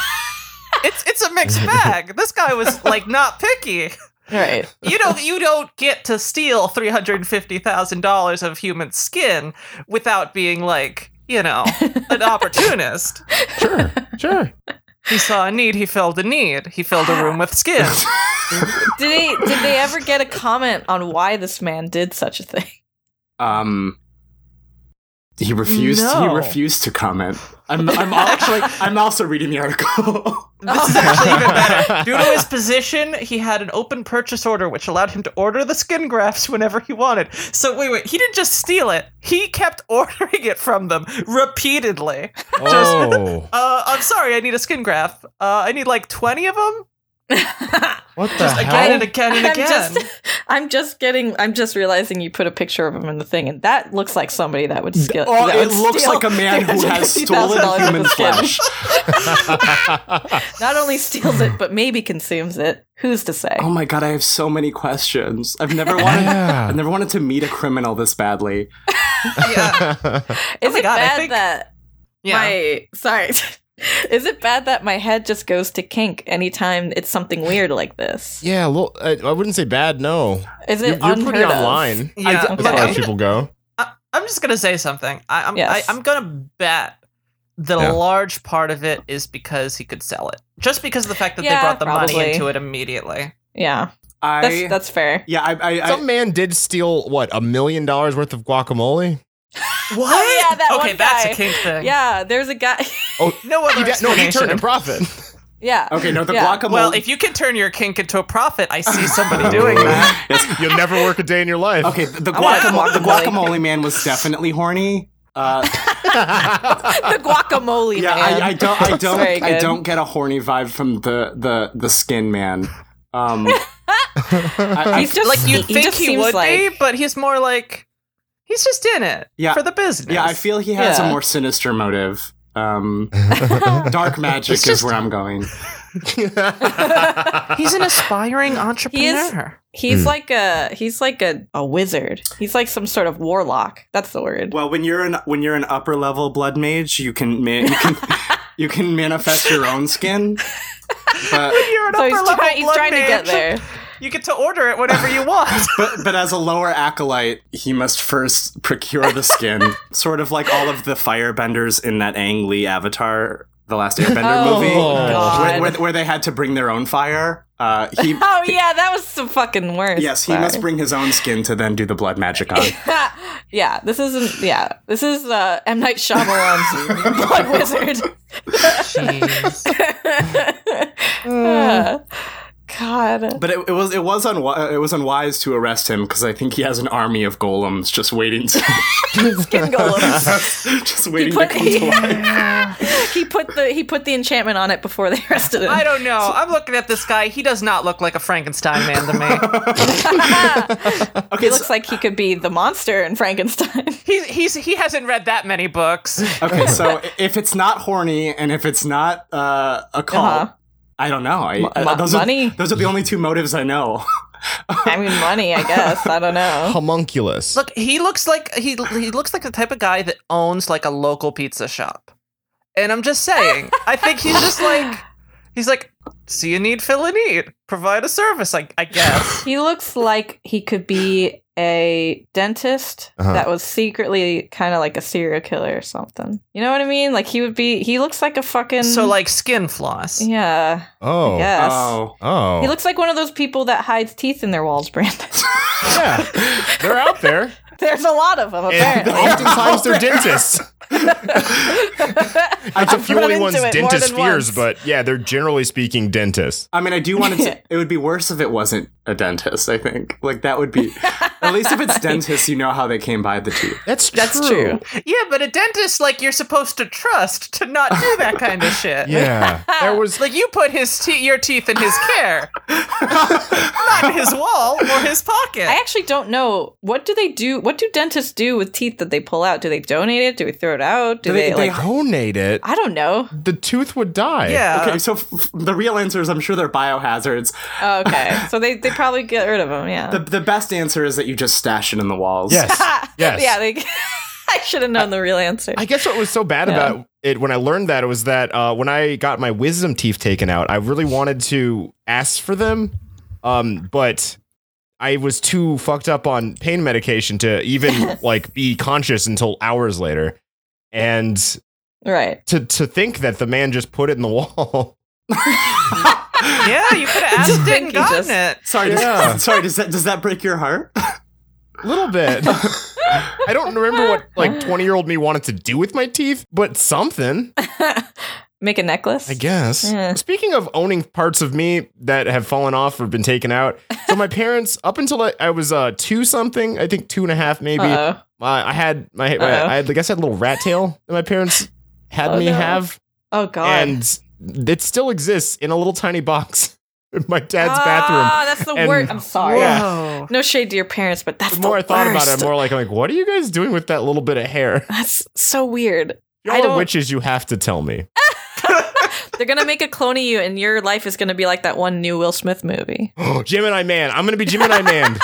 D: It's it's a mixed bag. This guy was like not picky.
A: Right.
D: You don't you don't get to steal three hundred and fifty thousand dollars of human skin without being like you know an opportunist.
B: sure, sure.
D: He saw a need. He filled a need. He filled a room with skin.
A: Did they did they ever get a comment on why this man did such a thing?
C: Um. He refused.
D: No.
C: He refused to comment. I'm. I'm al- actually. I'm also reading the article.
D: This is actually even better. Due to his position, he had an open purchase order, which allowed him to order the skin grafts whenever he wanted. So wait, wait, he didn't just steal it; he kept ordering it from them repeatedly.
B: Oh,
D: Uh, I'm sorry, I need a skin graft. Uh, I need like 20 of them
B: what the
D: again and again and
A: I'm
D: again.
A: just I'm just getting. I'm just realizing you put a picture of him in the thing, and that looks like somebody that would steal.
C: Oh,
A: that
C: it
A: would
C: looks
A: steal
C: like a man who has stolen
A: $350,000
C: human
A: worth of skin.
C: flesh.
A: Not only steals it, but maybe consumes it. Who's to say?
C: Oh my god, I have so many questions. I've never wanted
B: Yeah.
C: I've never wanted to meet a criminal this badly.
D: yeah.
A: Is
C: Oh
D: my
A: it
D: God, I
A: bad
D: think-
A: that my sorry? Is it bad that my head just goes to kink anytime it's something weird like this?
B: Yeah, a little, I, I wouldn't say bad. No,
A: Is
B: you're,
A: it
B: you're
A: unheard
B: pretty
A: of?
B: online.
D: Yeah.
C: I-
B: As
A: Okay.
B: far
D: Look, I'm
B: as people go,
D: I, I'm just gonna say something. I, I'm
A: Yes.
D: I, I'm gonna bet that
B: Yeah.
D: a large part of it is because he could sell it, just because of the fact that
A: Yeah,
D: they brought the
A: probably.
D: money into it immediately.
A: Yeah,
C: I
A: that's that's fair.
C: yeah, I, I, I
B: some man did steal what a million dollars worth of guacamole.
D: What?
A: Oh, yeah, that
D: okay,
A: one
D: that's
A: guy.
D: a kink thing.
A: Yeah, there's a guy.
B: Oh,
D: No other
B: he did- no, he turned a
D: explanation.
B: profit.
A: yeah.
C: Okay, no, the
A: Yeah.
C: guacamole.
D: Well, if you can turn your kink into a profit, I see somebody doing that.
B: You'll never work a day in your life.
C: okay, the
A: I want
C: guacamole, the
A: guacamole.
C: guacamole man was definitely horny. Uh,
A: the guacamole
C: yeah,
A: man.
C: I, I don't, I
A: That's
C: don't,
A: very
C: I
A: good.
C: don't get a horny vibe from the the the skin man. Um, I- I-
A: He's just
D: Like you'd
A: he
D: think
A: just
D: he
A: seems
D: would
A: like
D: be, but he's more like he's just in it
C: Yeah.
D: for the business.
C: yeah, I feel he has a
A: Yeah.
C: more sinister motive. Um, dark magic
D: It's
C: is
D: just-
C: where I'm going.
D: he's an aspiring entrepreneur.
B: Hmm.
A: he's like a he's like a, a wizard. He's like some sort of warlock. That's the word.
C: Well, when you're an when you're an upper level blood mage, you can ma- you can you can manifest your own skin. But
D: You're an
A: so he's,
D: upper-level
A: try- he's
D: blood
A: trying to get
D: mage.
A: there.
D: You get to order it whenever you want.
C: but but as a lower acolyte, he must first procure the skin, sort of like all of the firebenders in that Ang Lee Avatar, the last Airbender
A: Oh,
C: movie,
B: God.
C: where, where, where they had to bring their own fire. Uh, he
A: Oh yeah, that was the fucking worst.
C: yes, he must bring his own skin to then do the blood magic on.
A: Sorry. yeah, this isn't. Yeah, this is uh, M Night Shyamalan's Blood Wizard.
D: Jeez.
A: Uh, God.
C: But it, it was it was unwi- it was unwise to arrest him because I think he has an army of golems just waiting to
A: Skin golems.
C: just waiting
A: put-
C: to come to life.
A: he put the he put the enchantment on it before they arrested him.
D: I don't know. I'm looking at this guy. He does not look like a Frankenstein man to me.
C: Okay,
A: he
C: so-
A: looks like he could be the monster in Frankenstein.
D: He, he's he hasn't read that many books.
C: okay, so i- if it's not horny and if it's not uh, a cult,
A: Uh-huh.
C: I don't know. I,
A: Mo-
C: uh, those
A: money?
C: Are, those are the only two motives I know.
A: I mean, money, I guess. I don't know.
B: Homunculus.
D: Look, he looks like he he looks like the type of guy that owns like a local pizza shop. And I'm just saying, I think he's just like he's like, see a need, fill a need, provide a service. I I guess.
A: He looks like he could be a dentist
B: Uh-huh.
A: that was secretly kind of like a serial killer or something. You know what I mean? Like he would be. He looks like a fucking.
D: so like skin floss.
A: Yeah.
B: Oh.
A: Yes.
C: Oh,
B: Oh.
A: He looks like one of those people that hides teeth in their walls, Brandon.
B: yeah. They're out there.
A: There's a lot of them
B: And
A: apparently.
B: oftentimes they're dentists. It's a
A: I've
B: few
A: run
B: only
A: into
B: one's
A: it more
B: dentist
A: than
B: fears,
A: once.
B: but yeah, they're generally speaking dentists.
C: I mean, I do want it to. It would be worse if it wasn't a dentist. I think like that would be. At least if it's dentist, you know how they came by the teeth.
B: That's
A: That's true.
D: Yeah, but a dentist like you're supposed to trust to not do that kind of shit.
B: Yeah. there was
D: Like you put his te- your teeth in his care, not his wall or his pocket.
A: I actually don't know what do they do. What do dentists do with teeth that they pull out? Do they donate it? Do they throw it out? Do they,
C: They- they-
A: like?
B: donate it.
A: I don't know.
B: The tooth would die.
D: yeah.
C: Okay, so f- f- the real answer is I'm sure they're biohazards.
A: Oh, okay, so they they probably get rid of them. Yeah.
C: The, the best answer is that you just stash it in the walls.
B: Yes. yes.
A: Yeah. They, I should have known the real answer.
B: I guess what was so bad about it when I learned that was that uh, when I got my wisdom teeth taken out, I really wanted to ask for them, um, but I was too fucked up on pain medication to even like be conscious until hours later, and
A: right.
B: to to think that the man just put it in the wall.
D: yeah, you could have asked it
A: think he
D: and gotten
A: just-
D: it.
C: Sorry,
B: Yeah.
C: does, sorry. Does that does that break your heart?
B: A little bit. I don't remember what like twenty year old me wanted to do with my teeth, but something.
A: Make a necklace.
B: I guess.
A: Yeah.
B: Speaking of owning parts of me that have fallen off or been taken out, so my parents, up until I, I was uh, two something, I think two and a half maybe, uh,
A: Uh-oh.
B: I had my, my-
A: Uh-oh.
B: I had, I guess I had a little rat tail that my parents had
A: Oh,
B: me
A: no.
B: have,
A: Oh God.
B: and it still exists in a little tiny box. in my dad's
A: Ah,
B: bathroom.
A: that's the
B: and-
A: worst. I'm sorry.
B: Yeah.
D: Whoa.
A: No shade to your parents, but that's
B: The more I
A: the
B: thought about it,
A: worst.
B: the more like I'm like, what are you guys doing with that little bit of hair?
A: That's so weird.
B: You're
A: I
B: all
A: don't-
B: witches. You have to tell me.
A: They're gonna make a clone of you, and your life is gonna be like that one new Will Smith movie.
B: Gemini Man. I'm gonna be Gemini Man.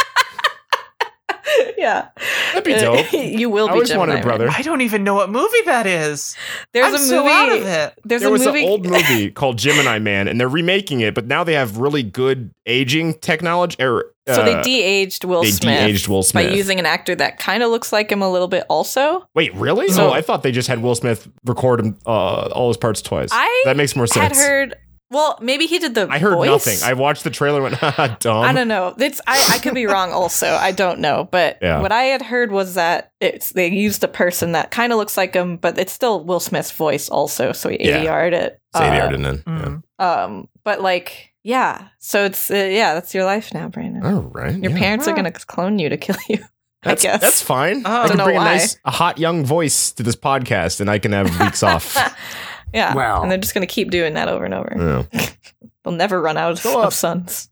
A: yeah,
B: That'd be dope.
A: you will.
B: I
A: be
B: always
A: Gemini
B: wanted a
A: Man.
B: brother.
D: I don't even know what movie that is.
A: There's
D: I'm
A: a movie.
D: so out of it.
A: There's
B: there
A: a
B: was
A: movie.
B: an old movie called Gemini Man, and they're remaking it, but now they have really good aging technology. Er,
A: so they
B: uh,
A: de-aged Will
B: they
A: Smith
B: de-aged Will
A: by
B: Smith.
A: using an actor that kind of looks like him a little bit. Also,
B: Wait, really?
A: So-
B: oh, I thought they just had Will Smith record him, uh, all his parts twice.
A: I
B: that makes more
A: had
B: sense.
A: heard. Well, maybe he did the.
B: I heard
A: voice.
B: nothing. I watched the trailer and went, "Haha, dumb.
A: I don't know. It's I, I could be wrong also. I don't know. But
B: Yeah.
A: what I had heard was that it's they used a person that kind of looks like him, but it's still Will Smith's voice also, so he
B: Yeah.
A: ADR'd it. Uh,
D: Mm.
A: Um but like yeah. So it's uh, yeah, that's your life now, Brandon.
B: All right.
A: Your
B: yeah.
A: parents are
D: Yeah.
A: gonna clone you to kill you.
B: That's,
A: guess.
B: That's fine.
D: Oh.
B: I can
D: Don't
A: know
B: bring
A: why.
B: a nice, a hot young voice to this podcast, and I can have weeks off.
A: yeah.
C: Wow.
A: And they're just gonna keep doing that over and over.
B: Yeah.
A: They'll never run out
B: Uh, Go
A: of
B: up.
A: sons.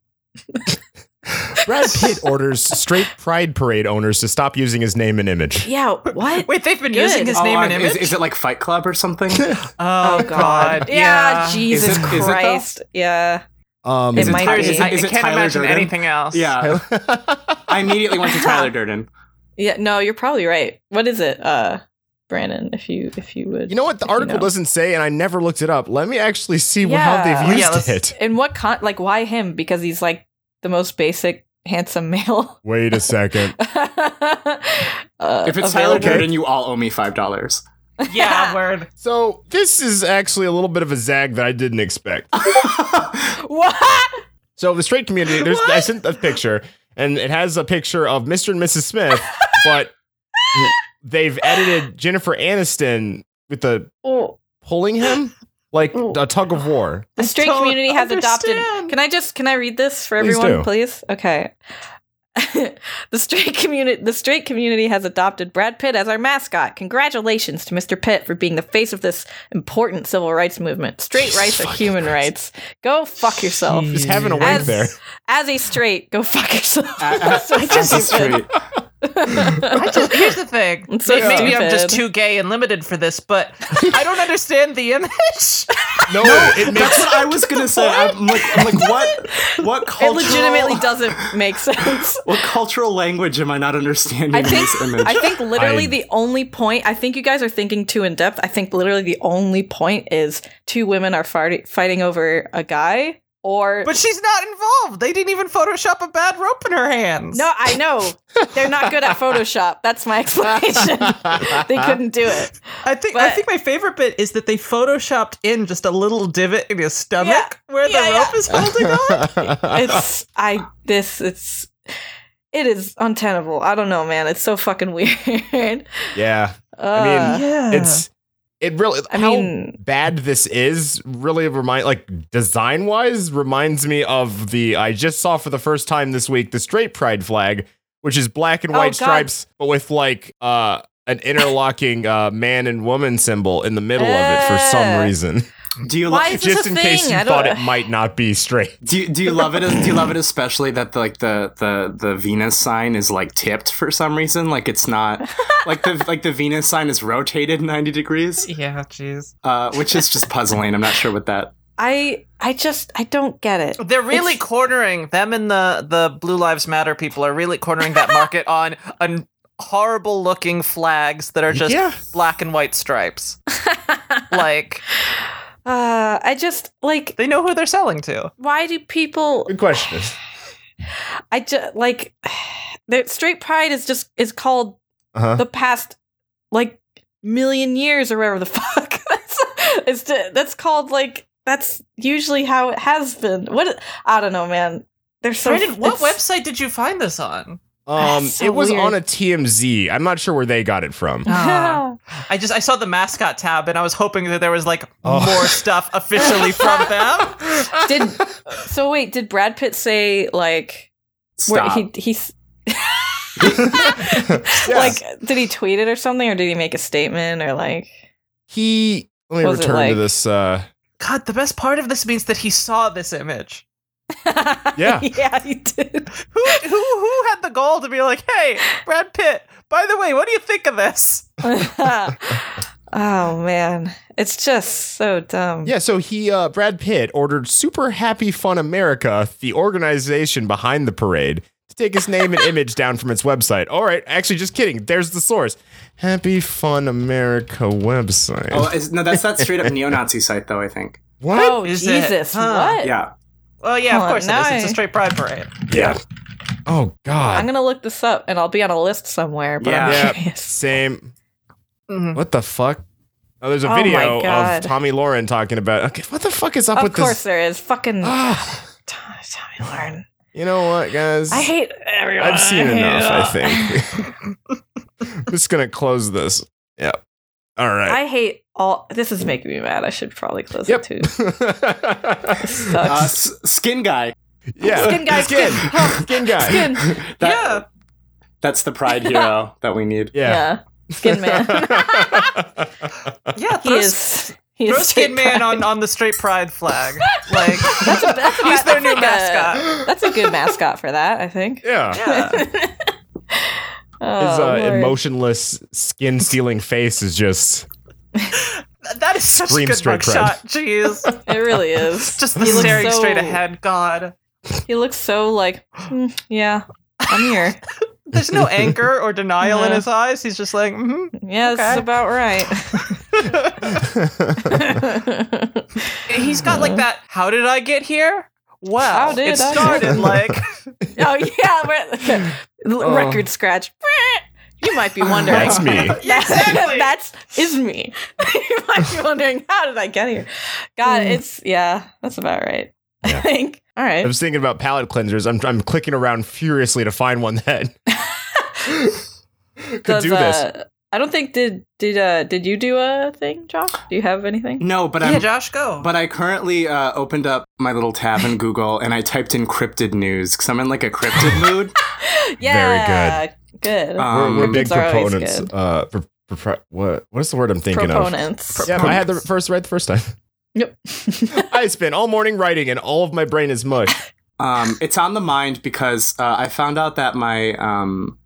B: Brad Pitt orders straight Pride Parade owners to stop using his name and image.
A: Yeah, what?
D: Wait, they've been
A: Good.
D: using his
C: Oh,
D: name
C: I-
D: and image.
C: Is, is it like Fight Club or something?
D: oh, God.
A: Yeah, Jesus
C: Is it- is it though?
A: Christ. yeah.
B: Um,
A: It
C: it
A: might
C: Tyler-
A: be.
C: is
D: I,
C: it- is
D: I
C: it
D: can't
C: Tyler
D: imagine
C: Durden?
D: anything else.
C: yeah. I immediately went to Tyler Durden.
A: Yeah, no, you're probably right. What is it, uh, Brandon? If you if you would,
B: you know what? The
A: if you
B: article
A: know.
B: doesn't say, and I never looked it up. Let me actually see how
A: Yeah.
B: they've
D: Yeah,
B: used
D: let's-
B: it.
A: in what con like why him? Because he's like the most basic handsome male.
B: Wait a second.
A: uh,
C: If it's Tyler
A: available.
C: Durden, you all owe me five dollars.
D: Yeah, word.
B: So this is actually a little bit of a zag that I didn't expect.
A: what?
B: So the straight community, there's I sent a picture, and it has a picture of Mr. and Mrs. Smith, but they've edited Jennifer Aniston with the
A: Oh,
B: pulling him like
A: Oh.
B: a tug of war.
A: the straight
D: don't
A: community has adopted.
D: understand.
A: Can I just can I read this for
B: Please
A: everyone,
B: do.
A: please? Okay. the straight community the straight community has adopted Brad Pitt as our mascot. Congratulations to Mr. Pitt for being the face of this important civil rights movement. Straight rights are human rights. Go fuck yourself.
B: Just having a wink
A: As,
B: there.
A: as a straight, go fuck yourself.
C: That's
A: so stupid.
C: straight.
D: I just, here's the thing.
A: It's so
D: May- Maybe I'm just
A: stupid.
D: too gay and limited for this, but I don't understand the image.
B: No, it
C: That's
B: makes
C: what I was gonna say. I'm like, I'm like, what? What
A: it
C: cultural?
A: legitimately doesn't make sense.
C: What cultural language am I not understanding
A: I
C: in
A: think
C: this image?
A: I think literally
B: I-
A: the only point I think you guys are thinking too in depth. I think literally the only point is two women are farti- fighting over a guy or
D: But she's not involved. They didn't even Photoshop a bad rope in her hands.
A: no, I know they're not good at Photoshop. That's my explanation. they couldn't do it.
D: I think I
A: But-
D: think my favorite bit is that they photoshopped in just a little divot in his stomach
A: Yeah.
D: where
A: Yeah,
D: the
A: yeah.
D: rope is holding on.
A: It's I this it's it is untenable. I don't know, man. It's so fucking weird.
B: yeah.
A: Uh,
B: I mean,
D: Yeah.
B: It's it really
A: Uh-huh. I
B: how
A: mean-
B: bad this is really remind like design wise reminds me of the I just saw for the first time this week the straight pride flag, which is black and
A: Oh,
B: white
A: God.
B: stripes, but with like uh an interlocking uh, man and woman symbol in the middle of it for some
A: Eh.
B: reason.
C: do you
A: why
C: like?
A: is this
B: Just
A: a
B: in
A: thing?
B: case you
A: I don't-
B: thought it might not be straight.
C: Do you, do you love it? As, do you love it especially that the, like the, the the Venus sign is like tipped for some reason? Like it's not like the like the Venus sign is rotated ninety degrees,
D: yeah, jeez.
C: uh, which is just puzzling. I'm not sure what that.
A: I I just I don't get it.
D: They're really
A: It's-
D: cornering them and the the Blue Lives Matter people are really cornering that market on on horrible looking flags that are just
B: Yeah.
D: black and white stripes. like
A: Uh, I just like
D: they know who they're selling to.
A: why do people
B: Good question.
A: I just like the straight pride is just is called
B: Uh-huh.
A: the past like million years or whatever the fuck. that's, it's ju- that's called like that's usually how it has been. What I don't know, man. They're so.
D: Brandon, what
A: it's-
D: website did you find this on?
B: Um,
A: That's so
B: it was
A: weird.
B: on a TMZ. I'm not sure where they got it from.
D: Ah. I just I saw the mascot tab and I was hoping that there was like
B: Oh.
D: more stuff officially from them.
A: did so? Wait, did Brad Pitt say like where
C: Stop.
A: he he's
B: Yeah.
A: like did he tweet it or something or did he make a statement or like
B: he. Let me
A: Was it
B: return
A: like-
B: to this. Uh,
D: God, the best part of this means that he saw this image.
B: Yeah.
A: yeah, you did.
D: Who who who had the goal to be like, hey, Brad Pitt? By the way, what do you think of this?
A: oh man, it's just so dumb.
B: Yeah, so he, uh, Brad Pitt, ordered Super Happy Fun America, the organization behind the parade, to take his name and image down from its website. All right, actually, just kidding. There's the source Happy Fun America website.
C: Oh, is, no, that's that straight up neo-Nazi site, though. I think.
B: what?
A: Oh
D: Is it?
A: Jesus,
D: Huh.
A: what?
C: Yeah.
D: Well, yeah,
A: Oh,
D: of course it is.
A: no.
D: It's a straight pride parade.
C: Yeah.
B: Oh,
A: I'm
B: God.
A: gonna look this up and I'll be on a list somewhere. But I'm
B: Yeah.
A: curious.
B: Same.
D: Mhm.
B: What the fuck? Oh, there's a
A: Oh my
B: video of
A: God.
B: Tommy Lauren talking about. Okay, what the fuck is up
A: Of
B: with
A: course
B: this?
A: there is. Fucking
B: Ah,
A: Tommy Lauren.
B: you know what, guys?
A: I hate everyone.
B: I've seen
A: hate
B: enough,
A: it
B: I think.
A: all.
B: I'm just going to close this. Yep. All right.
A: I hate all. This is making me mad. I should probably close
B: Yep.
A: it too. Sucks.
C: Uh, s- skin guy.
B: yeah.
A: skin guy,
B: Skin.
A: skin, huh,
B: Skin guy.
A: skin.
C: That-
D: yeah.
C: That's the pride hero that we need.
B: Yeah.
A: yeah, skin man.
D: Yeah,
A: He
D: throw,
A: is. He
D: throw
A: is
D: Skin Man
A: pride.
D: on, on the straight pride flag. Like
A: That's a, that's a,
D: he's their
A: that's
D: new
A: like a-
D: mascot.
A: That's a good mascot for that, I think.
B: yeah.
D: Yeah.
A: Oh,
B: His uh,
A: Lord.
B: emotionless, skin stealing face is just.
D: That is such
B: Scream
D: a good
B: straight
D: mugshot. Jeez.
A: It really is.
D: Just the
A: He looks
D: staring
A: so-
D: straight ahead. God.
A: He looks so like, "Hmm, yeah, I'm here.
D: There's no anger or denial in
A: No.
D: his eyes. He's just like, mm
A: Yeah, this is
D: Okay.
A: about right.
D: he's got like that. How did I get here? Wow.
A: How did
D: it
A: I get
D: started
B: here?"
D: like
A: oh yeah, we're- okay. L-
B: Oh.
A: record scratch. You might be wondering.
B: That's me.
A: That's,
D: Exactly.
A: that's is me. you might be wondering how did I get here? God,
B: Hmm.
A: it's yeah, that's about right. I think. All
B: I
A: right.
B: was thinking about palate cleansers. I'm, I'm clicking around furiously to find one that could do this.
A: Uh, I don't think did did uh did you do a thing, Josh? Do you have
B: Mm,
A: anything?
C: No, but
D: Yeah,
C: I'm.
D: Josh, go.
C: But I currently uh, opened up my little tab in Google and I typed in cryptid news because I'm in like a cryptid mood.
A: Yeah. Very good. Good.
C: Um,
B: we're big
A: Cryptids are always
B: proponents.
A: good.
B: Uh, pro- pro- what what is the word I'm thinking of?
A: Proponents.
B: Yeah, I had the first right the first time.
A: Yep.
B: I spent all morning writing, and all of my brain is mush.
C: Um, it's on the mind because uh, I found out that my um,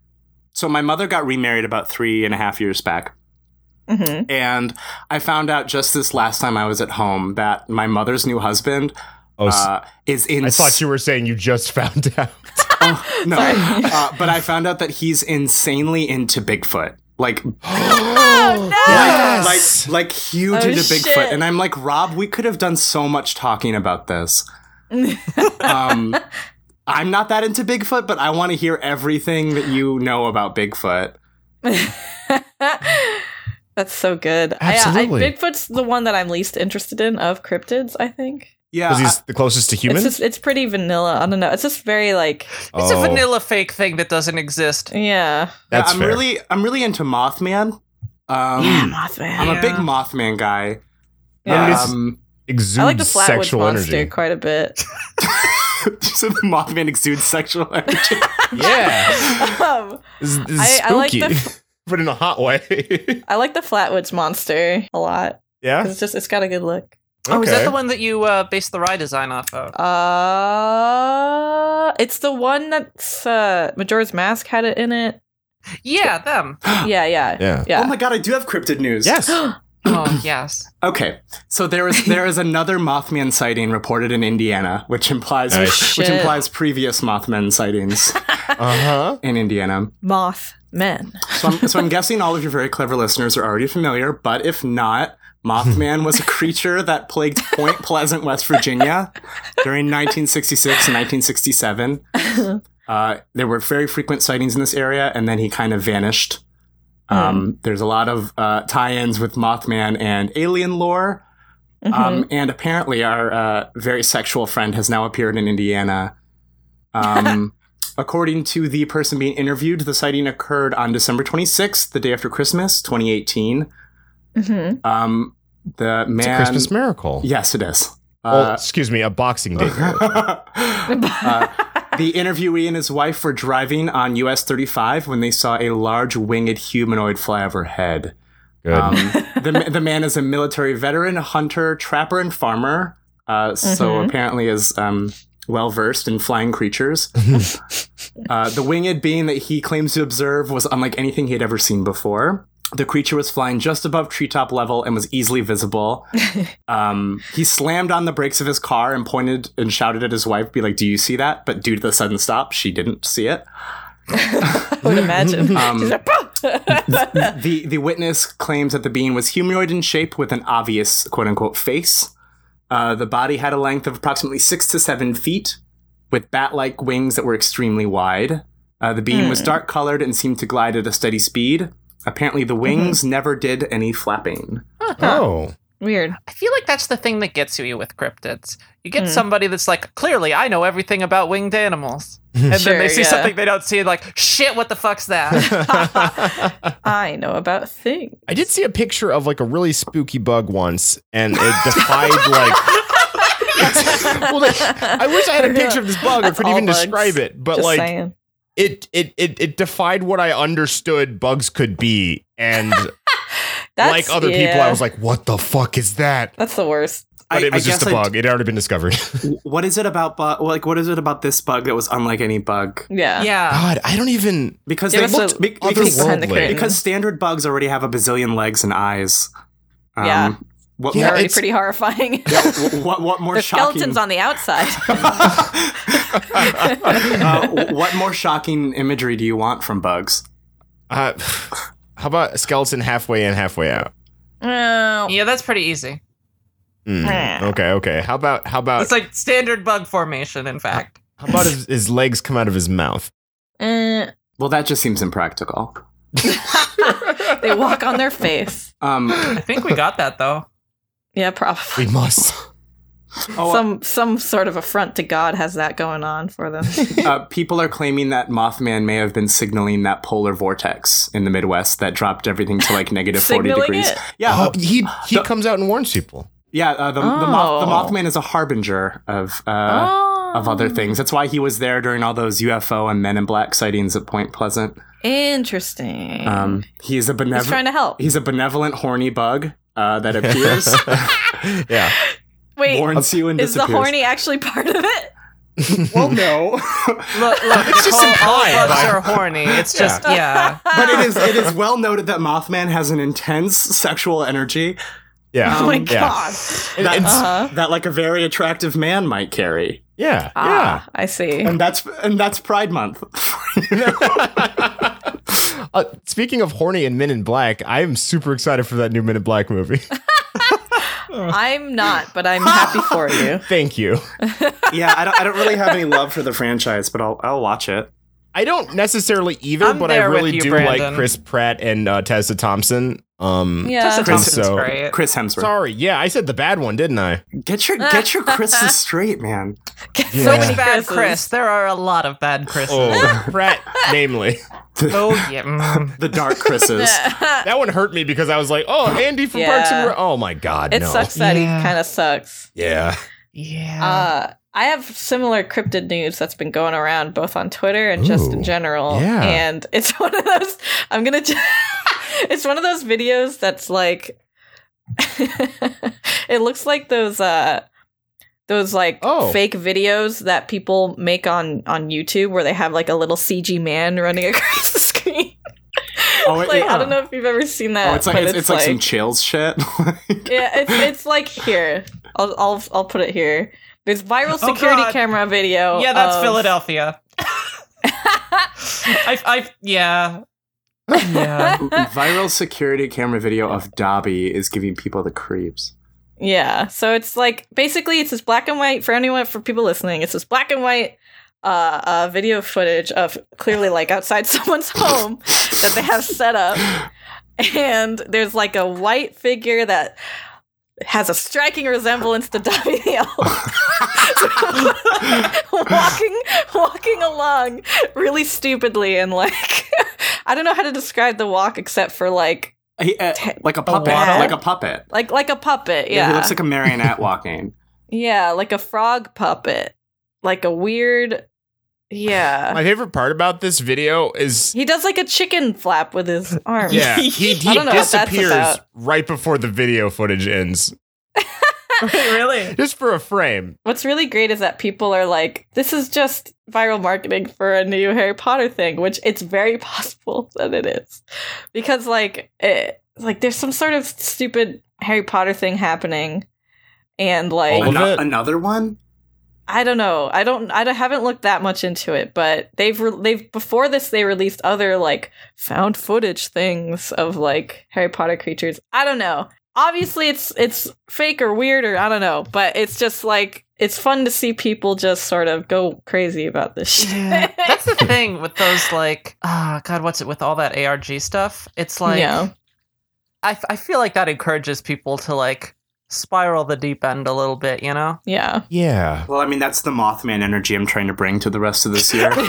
C: so my mother got remarried about three and a half years back,
A: Mhm.
C: and I found out just this last time I was at home that my mother's new husband
B: Oh, s-
C: uh, is in.
B: I thought you were saying you just found out.
C: Oh, no,
A: Sorry.
C: uh, but I found out that he's insanely into Bigfoot, like
B: oh no!
C: like like huge
A: Oh,
C: into Bigfoot,
A: shit.
C: and I'm like, Rob, we could have done so much talking about this. um, I'm not that into Bigfoot, but I want to hear everything that you know about Bigfoot.
A: That's so good.
B: Absolutely.
A: I, I, Bigfoot's the one that I'm least interested in of cryptids. I think
C: Yeah,
B: Because he's the closest to
A: it's
B: human.
A: just it's pretty vanilla. I don't know. It's just very like
D: it's a
B: Oh,
D: vanilla fake thing that doesn't exist.
A: yeah.
B: That's
C: I'm
B: fair.
C: really I'm really into Mothman. Um,
A: yeah, Mothman.
C: I'm a big
D: Yeah.
C: Mothman guy.
B: I mean,
A: Yeah.
B: it's-
C: Um,
B: exudes
A: I like the Flatwoods
B: sexual
A: monster
B: energy.
A: quite a bit.
C: so the Mothman exudes sexual energy.
B: yeah,
A: um,
B: this, is- this is
A: I- I like
B: spooky,
A: the-
B: but in a hot way.
A: I like the Flatwoods monster a lot.
B: yeah.
A: 'cause It's just it's got a good look.
D: Oh, is
B: Okay.
D: that the one that you uh, based the ride design off of?
A: Uh, it's the one that's uh Majora's Mask had it in it.
D: Yeah, them.
A: Yeah, yeah,
B: Yeah.
A: yeah.
C: Oh my god, I do have cryptid news.
B: Yes.
D: Oh, yes.
C: Okay, so there is there is another Mothman sighting reported in Indiana, which implies
B: Nice.
C: which
A: Shit.
C: implies previous Mothman sightings
B: Uh huh.
C: in Indiana.
A: Moth men.
C: So I'm, so I'm guessing all of your very clever listeners are already familiar, but if not, Mothman was a creature that plagued Point Pleasant, West Virginia during 1966 and 1967. Uh, there were very frequent sightings in this area, and then he kind of vanished. Um, There's a lot of uh, tie ins with Mothman and alien lore. Um,
B: Mm-hmm.
C: and apparently, our uh, very sexual friend has now appeared in Indiana. Um, according to the person being interviewed, the sighting occurred on December 26th, the day after Christmas, 2018.
A: hmm
C: Um, the man.
B: It's a Christmas Oh, miracle.
C: Yes, it is.
B: Well,
C: Uh,
B: excuse me, a boxing day.
C: uh, the interviewee and his wife were driving on US 35 when they saw a large winged humanoid fly overhead.
B: Good.
C: Um, the, ma- the man is a military veteran, hunter, trapper, and farmer. Uh, so apparently is um, well versed in flying creatures. uh, the winged being that he claims to observe was unlike anything he had ever seen before. The creature was flying just above treetop level and was easily visible. Um, he slammed on the brakes of his car and pointed and shouted at his wife, "Be like, do you see that?" But due to the sudden stop, she didn't see it.
A: I would imagine.
C: Um,
A: She's like, "Poof!"
C: the the witness claims that the being was humanoid in shape with an obvious quote unquote face. Uh, the body had a length of approximately six to seven feet, with bat like wings that were extremely wide. Uh, the being was dark colored and seemed to glide at a steady speed. Apparently, the wings never did any flapping.
B: Oh.
A: Weird.
D: I feel like that's the thing that gets you with cryptids. You get somebody that's like, clearly I know everything about winged animals. And
A: Sure,
D: then they see
A: yeah.
D: something they don't see and like, shit, what the fuck's that?
A: I know about things.
B: I did see a picture of like a really spooky bug once, and it defied like. well, like, I wish I had a picture of this bug. I
A: That's
B: couldn't
A: all
B: even
A: bugs.
B: describe it, but
A: Just
B: like
A: saying.
B: it, it, it, it defied what I understood bugs could be, and like other people, I
A: yeah.
B: was like, "What the fuck is that?"
A: that's the worst.
B: But
C: I-
B: it was
C: I
B: just a
C: guess I
B: bug. it had already been discovered.
C: d- what is it about bug? Like, what is it about this bug that was unlike any bug?
A: Yeah.
D: yeah.
B: God, I don't even.
C: Because
A: Give
C: they
A: us a
C: looked be-
A: peek
B: otherworldly.
C: because,
A: behind the curtain.
C: because standard bugs already have a bazillion legs and eyes. Um,
A: Yeah.
C: What,
A: they're
B: Yeah,
A: already
B: it's-
A: pretty horrifying.
C: what, what, what more
A: There's
C: shocking?
A: skeletons on the outside.
C: Uh, w- what more shocking imagery do you want from bugs?
B: Uh, how about a skeleton halfway in, halfway out?
A: Oh,
D: Yeah, that's pretty easy.
B: Mm, okay, okay. How about how about
D: It's like standard bug formation, in fact.
B: how about his, his legs come out of his mouth?
A: eh.
C: Well, that just seems impractical.
A: they walk on their face.
C: Um,
B: uh,
D: I think we got that though.
A: Yeah,
B: We
A: probably.
B: must.
C: oh,
A: Some some sort of affront to God has that going on for them.
C: uh, people are claiming that Mothman may have been signaling that polar vortex in the Midwest that dropped everything to like negative 40
A: Signaling
C: degrees.
A: it?
C: Yeah,
B: Oh,
C: uh,
B: he he
C: the-
B: comes out and warns people.
C: yeah. Uh, the, the, moth,
A: Oh.
C: the Mothman is a harbinger of uh, of other things. That's why he was there during all those UFO and Men in Black sightings at Point Pleasant.
A: Interesting.
C: Um, he's a
A: Mm. He's
C: benevolent.
A: trying to help.
C: He's a benevolent horny bug uh, that appears,
B: Yeah.
A: Wait,
C: warns you, and
A: is the
C: disappears.
A: horny actually part of it?
C: Well, no,
D: Look, look,
B: It's just
D: Nicole, all
B: implied
D: bugs
B: by-
D: are horny. It's just yeah.
C: but it is it is well noted that Mothman has an intense sexual energy
B: Yeah.
A: Oh my
C: Um,
B: yeah.
A: god.
B: And-
C: that
B: and-
A: Uh-huh.
C: that like a very attractive man might carry,
B: yeah.
A: Ah, I see.
C: and that's and that's Pride Month.
B: Yeah. Uh, speaking of horny and Men in Black, I am super excited for that new Men in Black movie.
A: I'm not, but I'm happy for you.
B: Thank you.
C: yeah, I don't I don't really have any love for the franchise, but I'll I'll watch it.
B: I don't necessarily either,
D: I'm
B: but I
D: there with
B: really
D: you,
B: do like
D: Brandon.
B: Chris Pratt and uh, Tessa Thompson. Um,
A: Yeah.
D: Tessa Thompson's
B: so-
D: great.
C: Chris Hemsworth,
B: Sorry, yeah, I said the bad one, didn't I?
C: get your get your Chris's straight, man.
D: So many
B: Yeah.
D: bad
A: Chris's.
D: Chris. There are a lot of bad Chris's. Oh,
B: Oh, Pratt, namely.
D: yeah. mm.
C: The dark Chris's.
B: That one hurt me because I was like, oh, Andy from Parks and
A: Yeah.
B: Rec. Oh my God,
A: It
B: no.
A: sucks that
D: Yeah.
A: he kind of sucks.
B: Yeah.
D: Yeah.
A: Uh, I have similar cryptid news that's been going around both on Twitter and just
B: Ooh,
A: in general.
B: yeah.
A: And it's one of those. I'm gonna. ju- it's one of those videos that's like. it looks like those. Uh, those like
B: Oh.
A: fake videos that people make on on YouTube where they have like a little CG man running across the screen.
C: Oh, it-
A: like
C: yeah.
A: I don't know if you've ever seen that.
C: Oh, it's like
A: but
C: it's, it's like, some chills shit.
A: yeah, it's it's like here. I'll I'll I'll put it here. There's viral security
D: Oh, God.
A: camera video.
D: yeah, that's
A: of-
D: Philadelphia. I, I, yeah. Yeah.
C: Viral security camera video of Dobby is giving people the creeps.
A: Yeah. So it's like basically it's this black and white for anyone for people listening. It's this black and white uh, uh video footage of clearly like outside someone's home that they have set up, and there's like a white figure that has a striking resemblance to Dobby the Elf. walking walking along really stupidly and like I don't know how to describe the walk except for like
C: He, uh, like a puppet,
A: waddle?
C: like a puppet.
A: like like a puppet, yeah.
C: he looks like a marionette walking.
A: Yeah, like a frog puppet. Like a weird Yeah.
B: My favorite part about this video is
A: He does like a chicken flap with his arm.
B: yeah, he, he
A: I don't know what that's
B: disappears
A: about.
B: right before the video footage ends.
D: really?
B: just for a frame.
A: What's really great is that people are like, this is just viral marketing for a new Harry Potter thing, which it's very possible that it is. Because, like, it, like there's some sort of stupid Harry Potter thing happening. And, like,
B: All of
C: Ano-
B: it?
C: another one?
A: I don't know. I don't. I don't- haven't looked that much into it, but they've re- they've before this they released other like found footage things of like Harry Potter creatures. I don't know. Obviously, it's it's fake or weird or I don't know, but it's just like it's fun to see people just sort of go crazy about this shit.
D: Yeah. That's the thing with those, like, ah, God, what's it with all that ARG stuff? It's like,
A: yeah,
D: I, f- I feel like that encourages people to, like, spiral the deep end a little bit, you know?
A: yeah.
B: Yeah.
C: Well, I mean, that's the Mothman energy I'm trying to bring to the rest of this year. Um,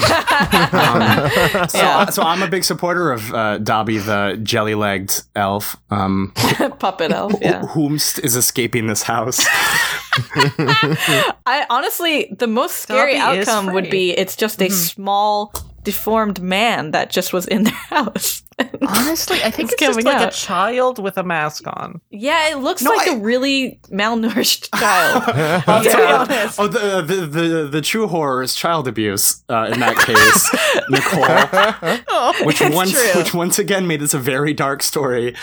C: so,
A: Yeah.
C: so I'm a big supporter of uh, Dobby, the jelly-legged elf, um,
A: Puppet elf.
C: wh-
A: Yeah.
C: whomst is escaping this house.
A: I honestly, the most scary
D: Dobby is
A: outcome would
D: free. Mm-hmm.
A: be it's just a small deformed man that just was in their house.
D: Honestly, I think
A: It's
D: it's, just
A: coming
D: like
A: out.
D: a child with a mask on.
A: Yeah, it looks
C: No,
A: like
C: I-
A: a really malnourished child.
C: Oh,
A: I'll be
C: yeah.
A: honest.
C: Oh, the, the the the true horror is child abuse uh, in that case, Nicole.
D: Oh,
C: Which
A: It's
C: once
A: true.
C: which once again made this a very dark story.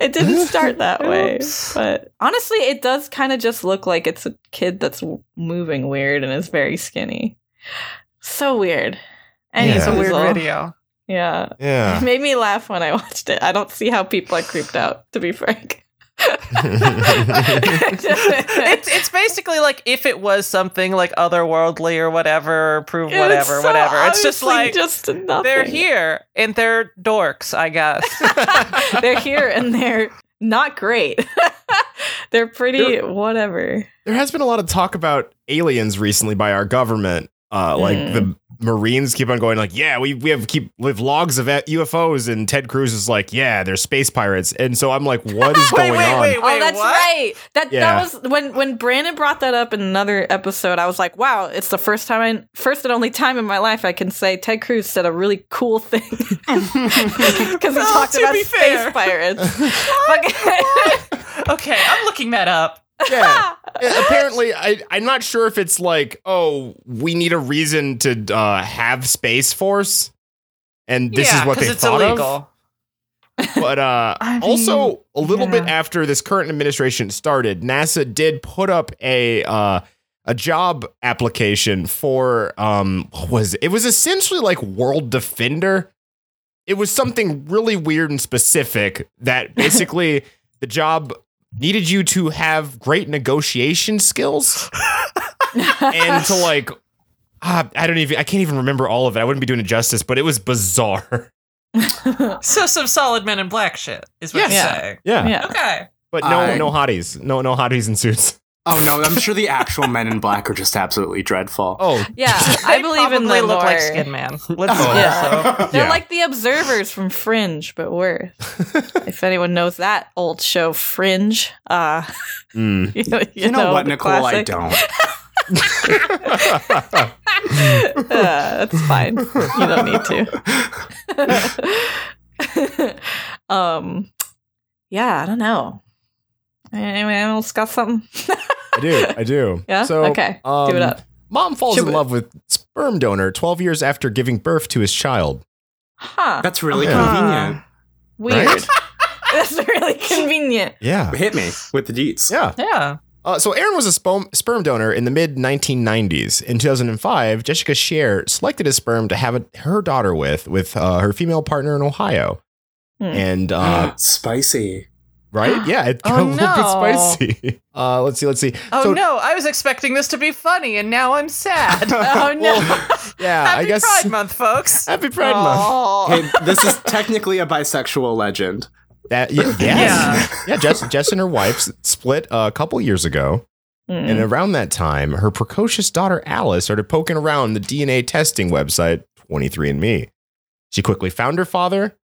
A: it didn't start that way.
D: Oops.
A: But honestly, it does kind of just look like it's a kid that's w- moving weird and is very skinny. So weird. And
B: Yeah.
A: he's
D: It's a weird
A: weasel.
D: video.
A: Yeah. It
B: Yeah.
A: made me laugh when I watched it. I don't see how people are creeped out, to be frank.
D: It's, it's basically like if it was something like otherworldly or whatever, prove
A: It's
D: whatever,
A: so
D: whatever. It's just
A: obviously
D: like
A: just nothing.
D: they're here and they're dorks, I guess.
A: they're here and they're not great. they're pretty whatever.
B: there has been a lot of talk about aliens recently by our government. Uh, like
A: Mm.
B: the Marines keep on going, like, yeah, we we have keep live logs of UFOs, and Ted Cruz is like, yeah, they're space pirates, and so I'm like, what is
D: wait,
B: going
D: wait,
B: on?
D: wait, wait.
A: oh, that's
D: what?
A: right. That
B: Yeah.
A: that was when when Brandon brought that up in another episode. I was like, wow, it's the first time, I, first and only time in my life I can say Ted Cruz said a really cool thing because he
D: Well,
A: talked
D: to
A: about
D: be
A: space
D: fair.
A: pirates. Okay.
D: Okay, I'm looking that up.
B: Yeah. Uh, Apparently, I, I'm not sure if it's like, oh, we need a reason to uh, have space force, and this
D: yeah,
B: is what
D: 'cause
B: they
D: it's
B: thought
D: illegal.
B: of. But uh,
D: I mean,
B: also, a little bit
D: yeah.
B: after this current administration started, NASA did put up a uh, a job application for um, what was it? it was essentially like World Defender. It was something really weird and specific that basically the job needed you to have great negotiation skills and to like. ah, I don't even. I can't even remember all of it. I wouldn't be doing it justice, but it was bizarre.
D: So some solid men in black shit is what
B: Yes.
D: you're
A: Yeah.
D: saying.
B: Yeah,
A: yeah.
D: Okay.
B: but no,
C: I-
B: no hotties, no, no hotties in suits.
C: Oh no, I'm sure the actual Men in Black are just absolutely dreadful.
B: Oh,
A: Yeah, I
D: They
A: believe in
D: probably
A: the
D: look like
A: lore.
D: Skin Man. Let's
C: Oh.
A: Yeah.
D: also-
A: They're
B: Yeah.
A: like the observers from Fringe, but worse. if anyone knows that old show, Fringe, uh,
B: Mm,
A: you, know,
C: you know, what,
A: the
C: Nicole? I
A: classic.
C: don't.
A: uh, that's fine. You don't need to. um, yeah, I don't know. Anyone else got something?
B: I do. I do.
A: Yeah?
B: So,
A: Okay, do
B: um,
A: it up.
B: Mom falls
A: Should
B: in
A: we-
B: love with sperm donor 12 years after giving birth to his child.
A: Huh?
C: That's really
B: Yeah.
C: convenient.
A: weird.
B: Right?
A: that's really convenient.
B: Yeah.
C: Hit me with the deets.
B: Yeah.
D: yeah.
B: Uh, so Aaron was a sperm, sperm donor in the mid 1990s. In 2005, Jessica Scheer selected his sperm to have a, her daughter with, with uh, her female partner in Ohio.
A: Hmm.
B: And uh,
C: Spicy.
B: right, yeah, it got
D: Oh,
B: a little
D: no.
B: bit spicy. Uh, let's see, let's see.
D: Oh
B: So-
D: no, I was expecting this to be funny and now I'm sad.
A: Oh no!
B: Yeah, I
D: Happy
B: guess
D: Pride Month, folks.
B: Happy Pride Month.
A: Oh.
C: Hey, this is technically a bisexual legend.
B: That, y- yes. Uh, yeah, Jess, Jess and her wife s- split a couple years ago.
A: Mm.
B: And around that time, her precocious daughter Alice started poking around the DNA testing website 23andMe. She quickly found her father,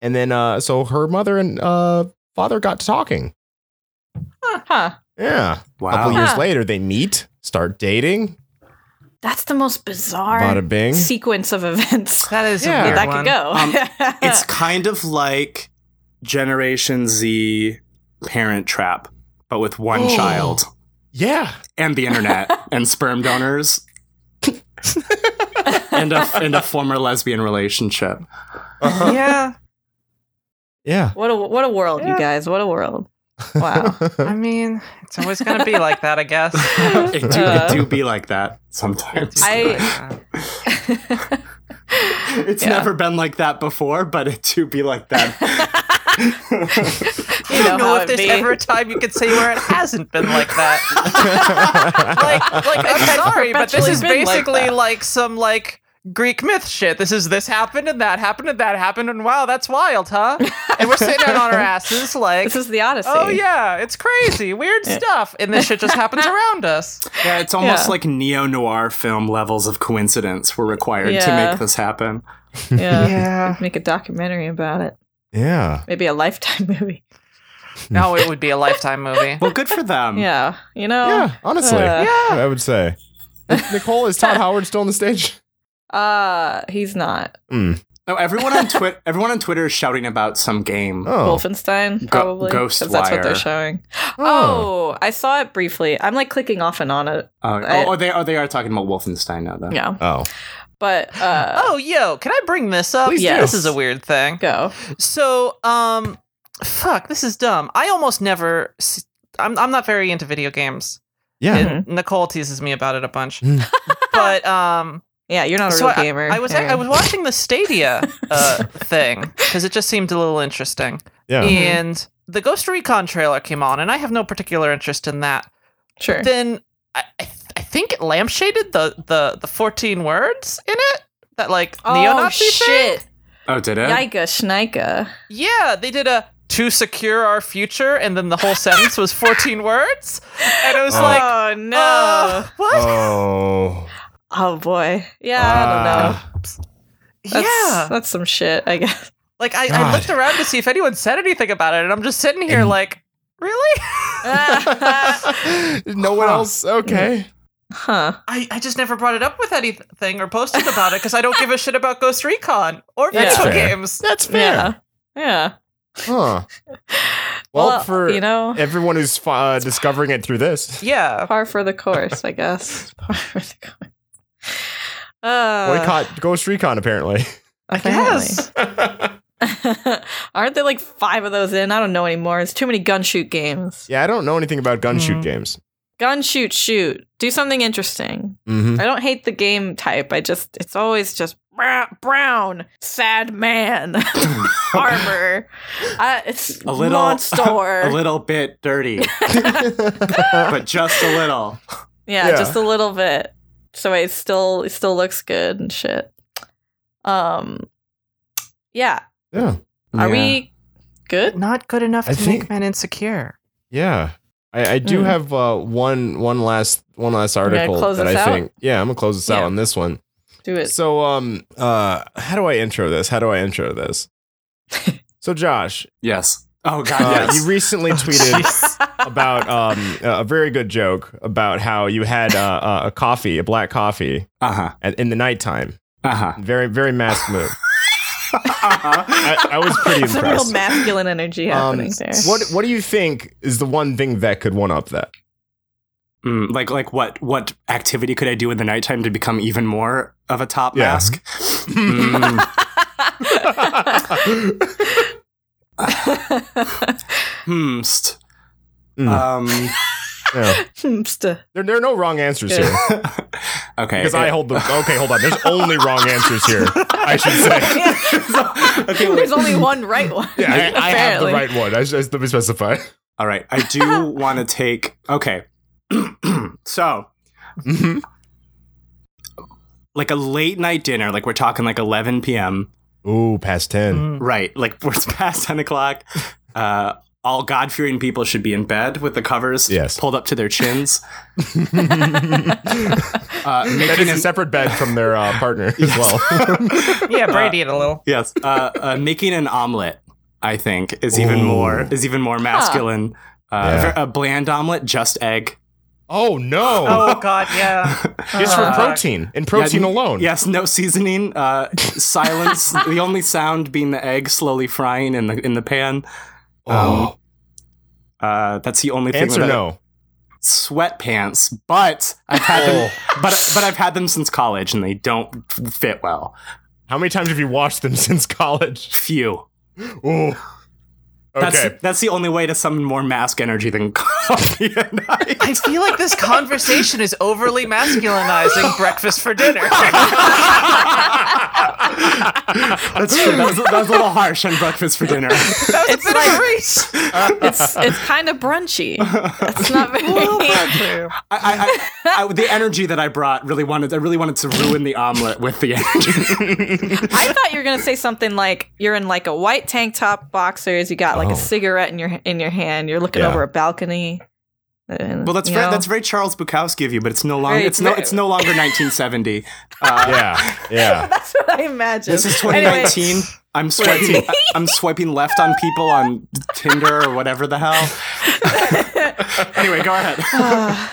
B: and then uh, so her mother and uh, father got to talking.
A: Huh?
B: Yeah, a couple
C: Wow.
B: years
A: Huh.
B: later, they meet, start dating.
A: That's the most bizarre
B: Bada bing.
A: sequence of events
D: That is
B: Yeah.
D: a weird
A: that
D: one.
A: could go.
C: Um, It's kind of like Generation Z parent trap, but with one
A: Oh.
C: child
B: Yeah.
C: and the internet and sperm donors and a and a former lesbian relationship.
D: yeah.
B: Yeah.
A: What a what a world,
D: Yeah.
A: you guys. What a world. Wow.
D: I mean, it's always gonna be like that, I guess.
C: It do,
A: Uh.
C: it do be like that sometimes.
A: I-
C: it's
A: Yeah.
C: never been like that before, but it do be like that.
D: I don't
A: know
D: know
A: how
D: if
A: it
D: there's
A: be.
D: ever a time you could say where it hasn't been like that. like, like I'm sorry, but this
A: perpetually
D: is
A: been like
D: basically like,
A: that.
D: some like Greek myth shit. This is this happened and that happened and that happened and wow, that's wild, huh? And we're sitting out on our asses like,
A: this is the Odyssey.
D: oh yeah, it's crazy, weird stuff, and this shit just happens around us.
C: yeah, it's almost
A: Yeah.
C: like neo noir film levels of coincidence were required to
A: Yeah.
C: make this happen.
A: Yeah.
D: Yeah.
A: Make a documentary about it.
B: Yeah.
A: Maybe a lifetime movie.
D: No, it would be a lifetime movie.
C: Well, good for
D: Um,
C: them.
A: Yeah. You know?
B: Yeah. Honestly.
A: Oh. Uh.
B: yeah. I would say. Nicole, is Todd Howard still on the stage?
A: Uh he's not.
B: Mm.
C: No, Oh, everyone on Twitter, everyone on Twitter is shouting about some game.
B: Oh.
A: Wolfenstein, probably.
C: Ghost
A: that's what
C: Wire.
A: they're showing. Oh. I saw it briefly. I'm like clicking off and on it.
C: Oh,
A: I-
C: oh, oh, they are they are talking about Wolfenstein now though.
A: Yeah.
B: Oh.
A: But uh
D: Oh, yo, can I bring this up?
B: Please
A: do.
D: This is a weird thing.
A: go.
D: So, um, fuck, this is dumb. I almost never. s- I'm I'm not very into video games.
B: Yeah. Mm-hmm.
D: And Nicole teases me about it a bunch.
B: Mm.
D: but um,
A: Yeah, you're not a
D: so
A: real
D: I,
A: gamer.
D: I was I was watching the Stadia uh, thing because it just seemed a little interesting.
B: Yeah. Mm-hmm.
D: And the Ghost Recon trailer came on, and I have no particular interest in that.
A: sure.
D: Then I I, th- I think it lampshaded the the the 14 words in it that like
B: Oh,
D: neo-Nazi thing.
A: shit.
C: Oh, did it?
A: Yika Schneika.
D: Yeah, they did a to secure our future, and then the whole sentence was 14 words. And it was
B: Oh.
D: like,
A: oh no.
D: uh, what?
B: Oh.
A: oh boy. Yeah, I
B: Ah.
A: don't know. That's,
D: yeah.
A: that's some shit, I guess.
D: like, I, I
B: God.
D: looked around to see if anyone said anything about it, and I'm just sitting here like, really? Uh,
B: no one else. Okay.
A: huh.
D: I, I just never brought it up with anything or posted about it because I don't give a shit about Ghost Recon or
A: Yeah.
D: video
B: Fair.
D: games.
B: That's
A: Yeah. Yeah.
B: Huh. Well, for
A: you know,
B: everyone who's fi- uh, discovering it through this,
D: Yeah.
A: par for the course, I guess. par for the course. Uh,
B: boycott Ghost Recon apparently.
D: Yes.
A: apparently. Aren't there like five of those in? I don't know anymore. It's too many gun shoot games.
B: Yeah, I don't know anything about gun
A: Mm-hmm.
B: shoot
D: Mhm.
B: games.
A: Gun shoot, shoot. Do something interesting.
B: Mm-hmm.
A: I don't hate the game type. I just, it's always just bra- brown, sad man, armor. Uh, it's
C: a little
A: monster.
C: a little bit dirty, but just a little.
A: Yeah,
B: Yeah.
A: just a little bit. So it still it still looks good and shit. Um yeah.
B: yeah,
A: Are
C: Yeah.
A: we good?
D: Not good enough
B: I to make think-
D: men insecure.
B: yeah. I, I do
A: Mm.
B: have uh, one one last one last
A: gonna
B: article
A: close
B: that
A: this
B: I
A: out?
B: think. Yeah, I'm gonna close this out
A: Yeah.
B: on this one.
A: Do it.
B: So, um, uh, how do I intro this? How do I intro this? so, Josh,
C: Yes. Oh God.
B: uh,
C: yes.
B: you recently tweeted about um, a very good joke about how you had uh, a coffee, a black coffee,
C: uh huh.
B: at, in the nighttime.
C: Uh huh.
B: Very, very masked move.
C: Uh-huh.
B: I, I was pretty
A: Some real
B: impressed.
A: masculine energy
B: Um,
A: happening there.
B: what What do you think is the one thing that could one up that?
C: Mm, like like what what activity could I do in the nighttime to become even more of a top
B: Yeah.
C: mask? Mm, hmm. st-
B: Mm.
C: Um.
B: Yeah.
A: Hmpsta.
B: There, there are no wrong answers
A: Good.
B: here
C: Okay.
B: because I hold the. Okay, hold on. There's only wrong answers here. I should say.
C: okay, wait.
A: There's only one right one.
B: Yeah, I, I have the
A: apparently.
B: right one. I just let me specify.
C: All right. I do want to take. Okay. so,
B: Mhm.
C: like a late night dinner, like we're talking like 11 p.m.
B: Ooh, past ten.
C: Right. Like it's past 10 o'clock. Uh, all God fearing people should be in bed with the covers
B: Yes.
C: pulled up to their chins. uh,
B: That
C: Mm. making
B: is
C: a,
B: a separate bed from their uh, partner as well.
D: Yeah, Brady it a little.
C: yes. Uh, uh, making an omelet, I think, is even
B: Ooh.
C: more is even more masculine. Uh,
B: Yeah.
C: ver- A bland omelet, just egg.
B: Oh no!
D: Oh god, yeah.
B: Just for
D: Uh,
B: protein and protein
C: Yeah, n-
B: alone.
C: Yes, no seasoning. Uh, silence. the only sound being the egg slowly frying in the in the pan.
B: Oh.
C: Um, Uh, that's the only thing.
B: Answer
C: that I-
B: no.
C: sweatpants, but I've had them,
B: Oh.
C: but but I've had them since college, and they don't fit well.
B: How many times have you washed them since college?
C: Few.
B: Ooh.
C: That's
B: Okay.
C: that's the only way to summon more mask energy than coffee and
D: I feel like this conversation is overly masculinizing breakfast for dinner.
C: That's true. That was, that was a little harsh on breakfast for dinner.
A: It's like it's it's kind of brunchy. That's not very.
C: I, I, I, I, the energy that I brought really wanted. I really wanted to ruin the omelet with the energy.
A: I thought you were gonna say something like you're in like a white tank top, boxers. You got like
B: Oh.
A: a cigarette in your in your hand. You're looking
B: Yeah.
A: over a balcony. and,
C: Well, that's
A: you
C: very,
A: know.
C: that's very Charles Bukowski of you, but it's no longer
A: Very-
C: it's no it's no longer 1970. Uh,
B: yeah. Yeah.
A: That's what I imagined.
C: This is
A: Anyway,
C: 2019. I'm swiping. I- I'm swiping left on people on Tinder or whatever the hell. anyway, go ahead.
A: uh,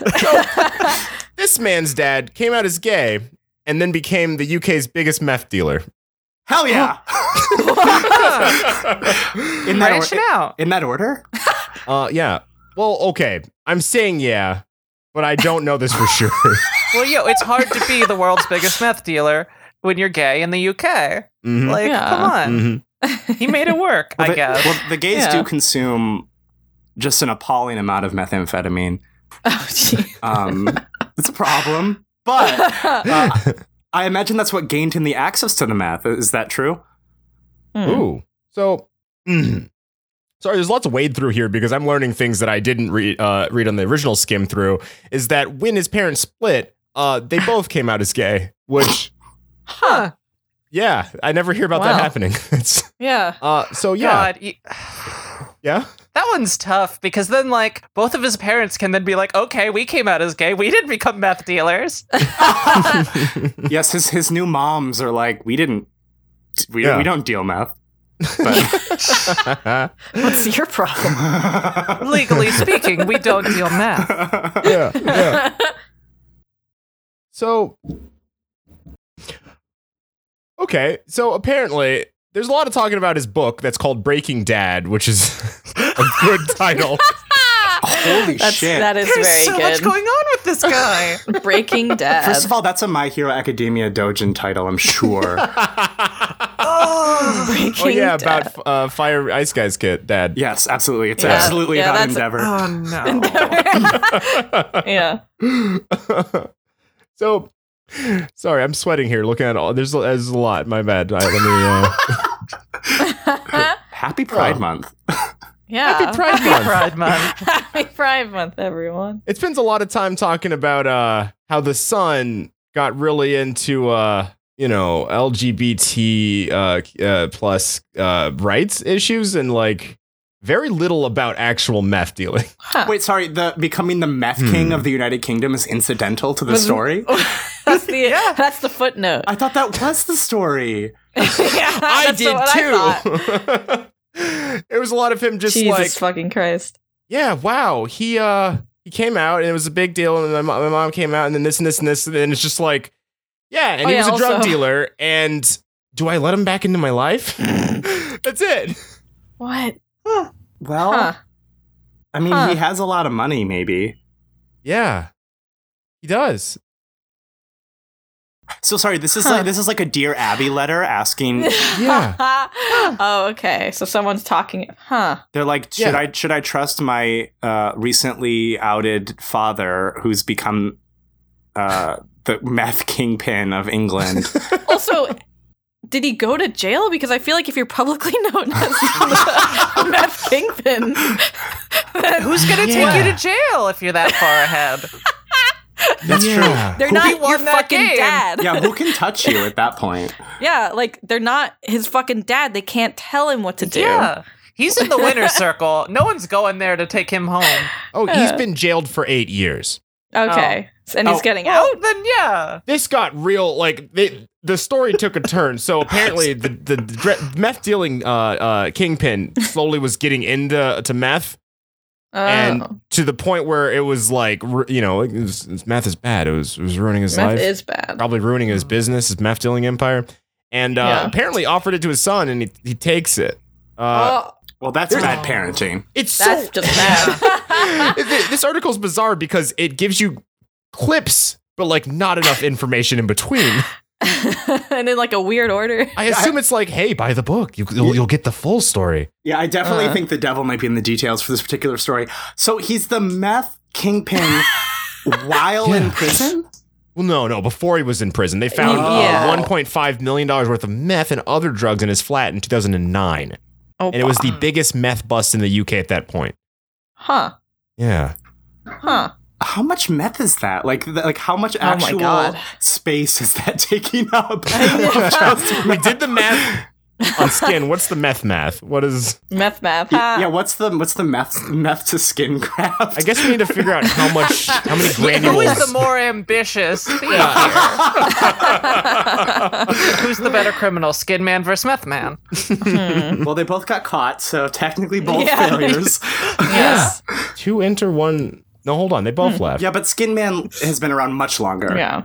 B: This man's dad came out as gay and then became the UK's biggest meth dealer.
C: Hell yeah! in that
D: Branching
C: order.
D: out.
C: In that order.
B: Uh, yeah. Well, okay. I'm saying yeah, but I don't know this for sure.
D: Well, yo, it's hard to be the world's biggest meth dealer when you're gay in the UK.
B: Mhm.
D: Like,
A: Yeah.
D: come on.
B: Mhm.
D: He made it work,
C: Well,
D: I
C: the,
D: guess.
C: Well, the gays
A: Yeah.
C: do consume just an appalling amount of methamphetamine.
A: oh, gee.
C: Um, it's a problem, but uh, I imagine that's what gained him the access to the meth. Is that true?
A: Hmm.
B: Ooh. So, mm. sorry, there's lots to wade through here because I'm learning things that I didn't read uh, read on the original skim through. Is that when his parents split, uh, they both came out as gay, which,
A: Huh.
B: yeah, I never hear about
A: Wow.
B: that happening. It's-
A: Yeah.
B: uh, so, yeah.
D: God, you-
B: Yeah.
D: That one's tough because then, like, both of his parents can then be like, okay, we came out as gay. We didn't become meth dealers.
C: yes. His his new moms are like, we didn't. We,
B: Yeah.
C: we don't deal meth. But
A: What's your problem?
D: Legally speaking, we don't deal meth.
B: yeah, yeah. So, okay. So apparently, there's a lot of talking about his book that's called Breaking Dad, which is a good title.
C: Holy
A: That's,
C: Oh, shit!
A: That is
D: There's
A: very
D: so much
A: good.
D: going on with this guy.
A: Breaking Dad.
C: First of all, that's a My Hero Academia Dojin title, I'm sure.
D: oh.
A: Breaking
B: oh yeah,
A: Dad.
B: about uh, Fire Ice Guys Kid Dad.
C: yes, absolutely. It's
A: Yeah.
C: absolutely
A: Yeah,
C: about
A: that's- oh.
C: Endeavor.
D: Oh, no.
A: yeah.
B: so, sorry, I'm sweating here looking at all. There's, there's a lot. My bad. All right, let me. Uh,
C: Happy Pride
B: Oh.
C: Month.
A: Yeah. Happy Pride
D: Happy Pride Month.
A: Happy Pride Month, everyone.
B: it spends a lot of time talking about uh how the son got really into uh you know lgbt uh, uh plus uh rights issues and like very little about actual meth dealing
C: Wait, sorry. The becoming the meth
B: Hmm.
C: king of the United Kingdom is incidental to the story.
A: oh. That's the that's the footnote.
C: I thought that was the story.
A: yeah,
B: i
A: that's
B: did
A: what I thought.
B: too it was a lot of him just
A: Jesus
B: like
A: fucking Christ.
B: yeah wow he uh he came out and it was a big deal and my, mo- my mom came out and then this and this and this and then it's just like yeah and
A: Oh,
B: he
A: yeah,
B: was a drug
A: also-
B: dealer and do i let him back into my life that's it
A: What?
B: Oh.
C: Well,
A: Huh.
C: I mean,
A: Huh.
C: he has a lot of money, maybe.
B: Yeah. He does.
C: So sorry. This is like this is like a Dear Abby letter asking.
B: Yeah.
A: oh, okay. So someone's talking. Huh.
C: They're like, should
B: Yeah.
C: I should I trust my uh, recently outed father, who's become uh, the meth kingpin of England?
A: Also, did he go to jail? Because I feel like if you're publicly known as the meth kingpin, then
D: Who's going to
B: Yeah.
D: take you to jail if you're that far ahead?
B: That's true.
A: they're not
D: won
A: your
D: that
A: fucking
D: game?
A: dad.
C: yeah, who can touch you at that point?
A: Yeah, like they're not his fucking dad. They can't tell him what to do.
D: Yeah. He's in the winner's circle. No one's going there to take him home.
B: Oh, he's been jailed for eight years.
A: Okay. And he's
C: Oh.
A: getting out.
D: Oh, then yeah.
B: This got real. Like they, the story took a turn. So apparently, the the dre- meth dealing uh, uh, kingpin slowly was getting into to meth,
A: Oh.
B: and to the point where it was like ru- you know, it was, meth is bad. It was it was ruining his
A: Meth
B: life.
A: is bad.
B: probably ruining his business, his meth dealing empire, and uh,
A: Yeah.
B: apparently offered it to his son, and he he takes it. Uh,
A: oh,
C: Well, that's
B: There's-
C: bad parenting.
B: It's
A: That's
B: so
A: just bad.
B: Th- this article's bizarre because it gives you clips, but like not enough information in between.
A: and in like a weird order.
B: I assume it's like, hey, buy the book. You, you'll, you'll get the full story.
C: Yeah, I definitely
B: Uh.
C: think the devil might be in the details for this particular story. So he's the meth kingpin while in
B: Yeah.
C: prison.
B: Well, no, no. Before he was in prison, they found
C: Oh.
A: Yeah.
B: uh, $1.5 million worth of meth and other drugs in his flat in 2009.
A: Oh,
B: And it was the biggest meth bust in the UK at that point.
A: huh?
B: Yeah.
A: Huh?
C: How much meth is that? Like, th- like how much
A: Oh my
C: actual
A: God.
C: space is that taking up?
B: we did the math on skin. What's the meth math? What is.
A: Meth, math. Huh?
C: yeah, what's the what's the meth meth to skin craft?
B: I guess we need to figure out how much, how many
D: Who
B: granules.
D: is the more ambitious? thief here? Who's the better criminal, Skin Man versus Meth Man?
C: Well, they both got caught, so technically both
A: Yeah.
C: failures.
A: Yes.
B: Two enter one. No, hold on. They
A: Hmm.
B: both left.
C: yeah, but Skin Man has been around much longer.
A: Yeah.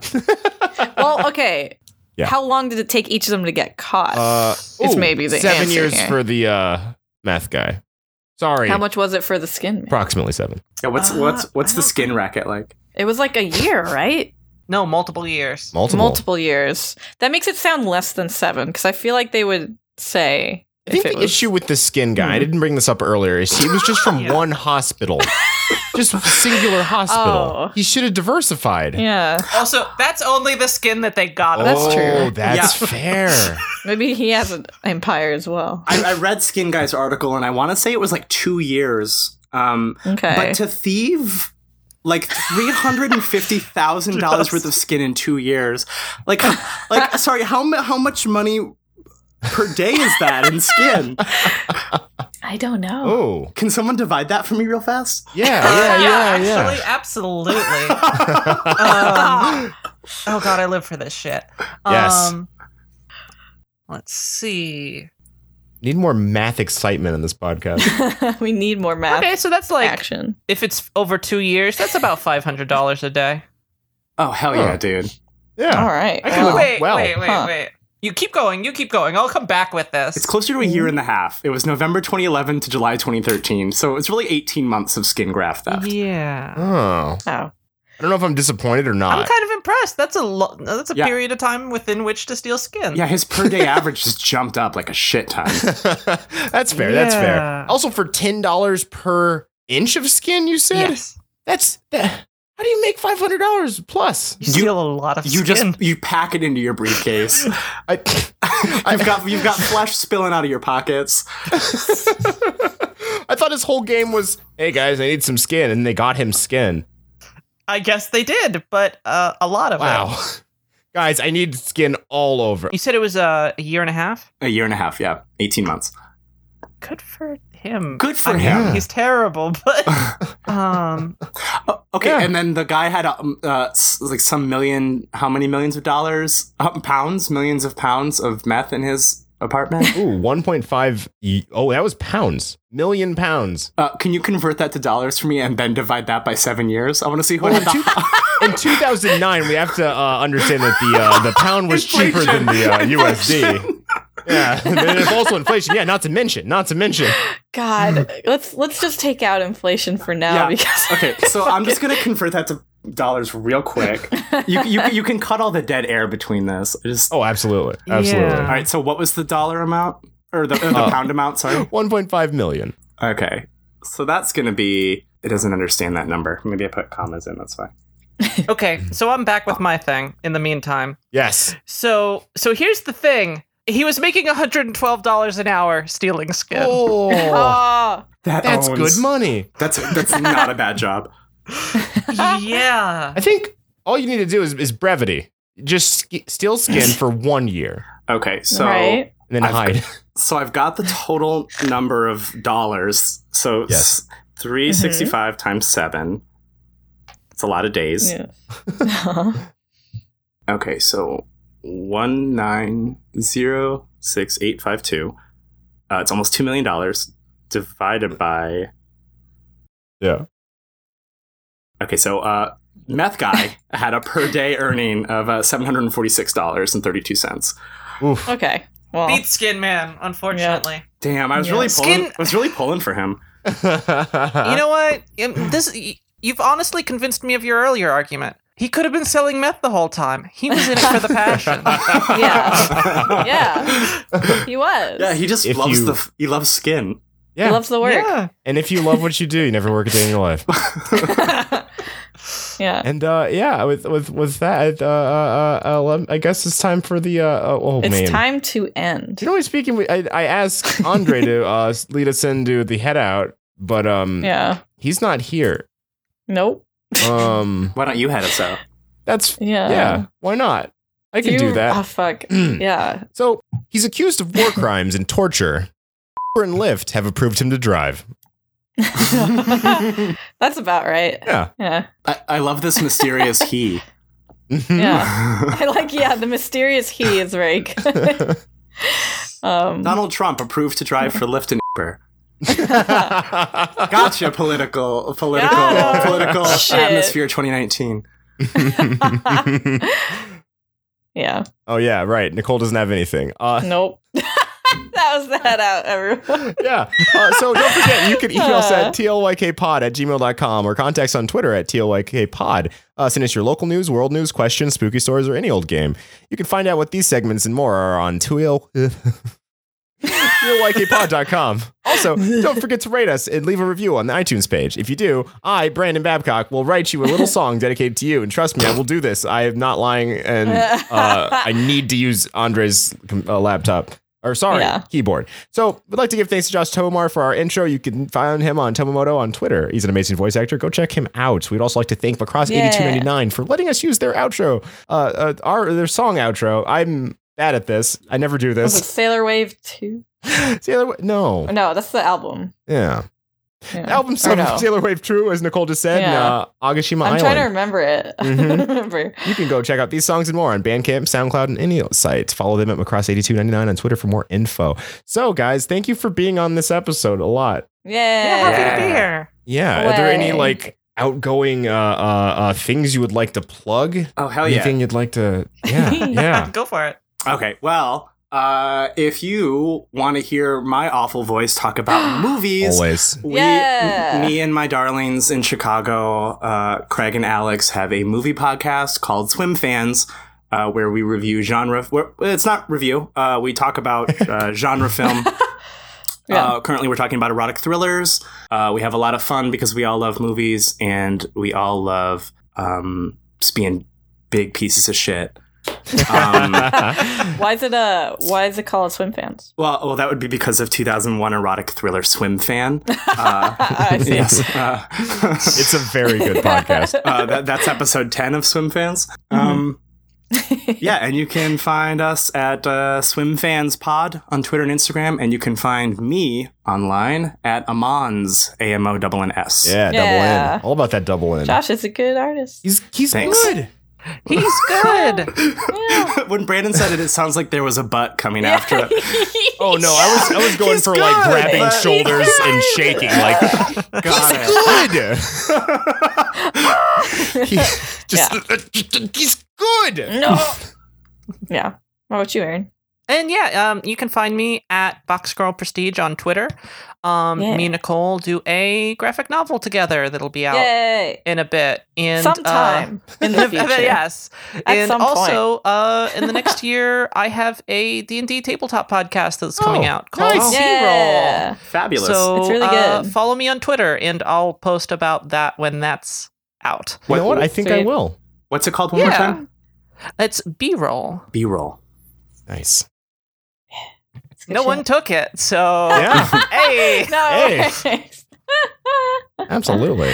A: well, okay.
B: Yeah.
A: How long did it take each of them to get caught?
B: Uh,
A: It's maybe the
B: seven
A: answer
B: years
A: here.
B: for the uh, math guy. Sorry,
A: How much was it for the skin? man?
B: Approximately seven.
C: Yeah, what's
A: Uh,
C: what's what's
A: I
C: the
A: don't-
C: skin racket like?
A: It was like a year, right?
D: No, multiple years.
B: Multiple.
A: Multiple years. That makes it sound less than seven because I feel like they would say.
B: I think
A: if it
B: the
A: was, Hmm.
B: issue with the skin guy. I didn't bring this up earlier. Is he was just from
D: Yeah.
B: one hospital, just a singular hospital.
A: Oh.
B: He should have diversified.
A: Yeah.
D: Also, that's only the skin that they got.
B: Oh,
D: of
A: that's true.
B: That's fair.
A: Maybe he has an empire as well.
C: I, I read Skin Guy's article, and I want to say it was like two years. Um,
A: Okay.
C: But to thieve like three hundred and fifty thousand dollars worth of skin in two years, like, like sorry, how mu- how much money per day is that in skin?
A: I don't know.
B: Oh,
C: Can someone divide that for me real fast?
B: yeah, yeah, yeah,
D: actually,
B: yeah.
D: absolutely. Um, oh god, I live for this shit. Um,
B: Yes.
D: let's see.
B: Need more math excitement in this podcast.
A: we need more math
D: Okay, so that's like
A: action.
D: if it's over two years, that's about five hundred dollars a day.
C: Oh hell yeah, dude!
B: Yeah.
A: All right. Oh.
B: I can
A: Wow.
B: wait. well.
D: wait,
A: Huh.
D: wait. You keep going. You keep going. I'll come back with this.
C: It's closer to a year and a half. It was November 2011 to July 2013, so it's really 18 months of skin graft theft.
D: Yeah.
B: Oh,
A: Oh.
B: I don't know if I'm disappointed or
D: I'm
B: not.
D: kind of impressed. That's a lo- that's a
C: Yeah.
D: period of time within which to steal skin.
C: Yeah, his per day average just jumped up like a shit ton.
B: that's fair. That's fair.
D: Yeah.
B: Also, for ten dollars per inch of skin, you said
D: Yes.
B: that's that, how do you make five hundred dollars plus?
D: You
C: You-
D: steal a lot of
C: You
D: skin.
C: just you pack it into your briefcase.
B: I,
C: You've got you've got flesh spilling out of your pockets.
B: I thought his whole game was, hey guys, I need some skin, and they got him skin.
D: I guess they did, but uh, a lot of it.
B: Wow, guys, I need skin all over.
D: You said it was uh, a year and a half.
C: A year and a half, yeah, 18 months.
D: Good for him.
C: Good for
D: I mean,
B: him.
D: He's terrible, but um,
C: Oh, Okay,
B: Yeah.
C: and then the guy had um, uh, s- like some million, how many millions of dollars, um, pounds, millions of pounds of meth in his apartment.
B: Ooh, one point five. Oh, that was pounds, million pounds.
C: Uh, can you convert that to dollars for me and then divide that by seven years? I want to see who
B: Well,
C: had
B: in,
C: the
B: two- in 2009, we have to uh, understand that the uh, the pound was cheaper than the uh, USD. Yeah, there's also inflation. Yeah, not to mention, not to mention.
A: God, let's let's just take out inflation for now
C: Yeah.
A: because
C: Okay, so I'm just gonna convert that to dollars real quick. You, you you can cut all the dead air between this. I just all
B: Oh, absolutely, absolutely.
D: Yeah.
C: right. So what was the dollar amount or the, uh, the
B: Oh.
C: pound amount? Sorry.
B: 1.5 million.
C: Okay, so that's gonna be. It doesn't understand that number. Maybe I put commas in. That's why.
D: okay. So I'm back with my thing. In the meantime,
B: Yes.
D: so so here's the thing. He was making $112 an hour stealing skin.
B: Oh,
A: Oh,
C: That
B: that's
C: owns-
B: good money.
C: That's that's not a bad job.
D: yeah.
B: I think all you need to do is, is brevity. Just sk- steal skin for one year
C: Okay, so
A: right.
B: and then
C: I've-
B: hide.
C: so I've got the total number of dollars. So
B: Yes.
C: three times seven. It's a lot of days.
A: Mm-hmm. Yeah.
C: Okay, so one nine zero six eight five two. Uh, it's almost two million dollars divided by.
B: Yeah.
C: Okay, so uh, meth guy had a per day earning of uh, seven hundred and forty six dollars and thirty two cents.
B: Oof.
A: okay. Well,
D: Beat Skin Man, unfortunately.
C: Damn, I was
A: Yeah.
C: really
D: Skin-
C: pulling. I was really pulling for him.
D: You know what? Um, This y- you've honestly convinced me of your earlier argument. He could have been selling meth the whole time. He was in it for the passion.
A: yeah, yeah, he was.
C: Yeah, he just
B: If
C: loves
B: you-
C: the. f- He loves skin.
B: yeah.
A: He loves the work.
D: Yeah.
B: and if you love what you do, you never work a day in your life.
A: Yeah.
B: And uh, yeah, with with with that, uh, uh, uh, lem- I guess it's time for the uh, uh, oh
A: It's
B: man.
A: time to end.
B: Generally speaking, we, I, I asked Andre to uh, lead us into the head out, but um,
A: Yeah.
B: he's not here.
A: Nope.
B: Um,
C: Why don't you head us out?
B: that's
A: Yeah.
B: yeah. Why not? I can
A: Uh-huh. You-
B: do
A: Oh
B: that.
A: fuck. yeah.
B: So he's accused of war crimes and torture. and Lyft have approved him to drive.
A: That's about right.
B: Yeah.
A: Yeah.
C: I, I love this mysterious he.
B: Mm-hmm.
A: Yeah. I like yeah, the mysterious he is very good. Um
C: Donald Trump approved to drive for Lyft and Uber. Gotcha, political, political,
A: Yeah.
C: political
A: Shit.
C: atmosphere 2019.
A: Yeah.
B: oh yeah, right. Nicole doesn't have anything. Uh,
A: Nope. that was the head out, everyone.
B: yeah. Uh, so don't forget, you can email us at tlykpod at gmail.com or contact us on Twitter at tlykpod. Uh, send us your local news, world news, questions, spooky stories, or any old game. You can find out what these segments and more are on tl- tlykpod.com. Also, don't forget to rate us and leave a review on the iTunes page. If you do, I, Brandon Babcock, will write you a little song dedicated to you. And trust me, I will do this. I am not lying, and uh, I need to use Andre's uh, laptop. Or sorry,
A: Yeah.
B: keyboard. So we'd like to give thanks to Josh Tomar for our intro. You can find him on Tomomoto on Twitter. He's an amazing voice actor. Go check him out. We'd also like to thank Lacrosse8299 for letting us use their outro, uh, uh, our their song outro. I'm bad at this. I never do
A: Was it
B: this.
A: Sailor Wave 2?
B: Sailor, Wa- no,
A: No, that's the album.
B: yeah.
A: Yeah.
B: Album
A: Or
B: song
A: no.
B: Sailor Wave True, as Nicole just said, and,
A: Yeah.
B: uh, Agashima
A: I'm
B: Island.
A: trying to remember it. I
B: Mhm.
A: don't remember.
B: You can go check out these songs and more on Bandcamp, SoundCloud, and any site. Follow them at Macross8299 on Twitter for more info. So, guys, thank you for being on this episode a lot.
D: Yeah,
A: Yeah.
D: happy to be here.
B: Yeah. Are there any
A: Way.
B: like outgoing uh, uh, uh, things you would like to plug?
C: Oh hell yeah!
B: Anything you'd like to? Yeah. Yeah.
D: Go for it.
C: Okay, well, uh, if you want to hear my awful voice talk about movies,
B: Always.
C: we,
A: Yeah.
C: m- me and my darlings in Chicago, uh, Craig and Alex have a movie podcast called Swim Fans, uh, where we review genre. Where, it's not review. Uh, we talk about uh, genre film.
A: Yeah.
C: Uh, currently, we're talking about erotic thrillers. Uh, we have a lot of fun because we all love movies and we all love um, just being big pieces of shit. Um,
A: why is it uh why is it called swim fans?
C: Well, well, that would be because of 2001 erotic thriller Swim Fan. Uh,
A: I see.
C: yes, uh,
B: it's a very Ah. good podcast.
C: uh, that, that's episode 10 of Swim Fans. Um, yeah, and you can find us at uh, Swim Fans Pod on Twitter and Instagram, and you can find me online at Amons A M O double N S.
B: Yeah, double
A: Yeah.
B: N. All about that double N.
A: Josh is a good artist.
B: He's he's
C: Thanks.
B: good.
D: He's good.
A: Yeah.
C: when Brandon said it, it sounds like there was a butt coming after it.
B: Oh no, I was I was going
C: He's
B: for like
C: good,
B: grabbing
C: but-
B: shoulders and shaking like
C: Got
B: good.
C: it.
B: He- just, uh, he's good.
A: No. yeah. What about you, Aaron?
D: And yeah, um, you can find me at Box Girl Prestige on Twitter. Um,
A: Yeah.
D: Me and Nicole do a graphic novel together that'll be out
A: Yay.
D: in a bit. And, uh,
A: Sometime in the future.
D: yes.
A: At
D: and
A: some point.
D: also, uh, in the next year, I have a D&D tabletop podcast that's coming
B: Oh,
D: out called
B: nice.
D: Z-Roll.
A: Yeah.
C: Fabulous.
D: So
A: It's really
D: uh,
A: good.
D: follow me on Twitter, and I'll post about that when that's out.
B: You know what? I think I
A: Sweet.
B: will.
C: What's it called one
D: Yeah.
C: more time?
D: It's B-roll.
C: B roll.
B: Nice.
A: It's good
D: No
A: shit.
D: one took it, so
B: Yeah,
D: hey,
A: No.
B: Hey.
A: thanks.
B: absolutely.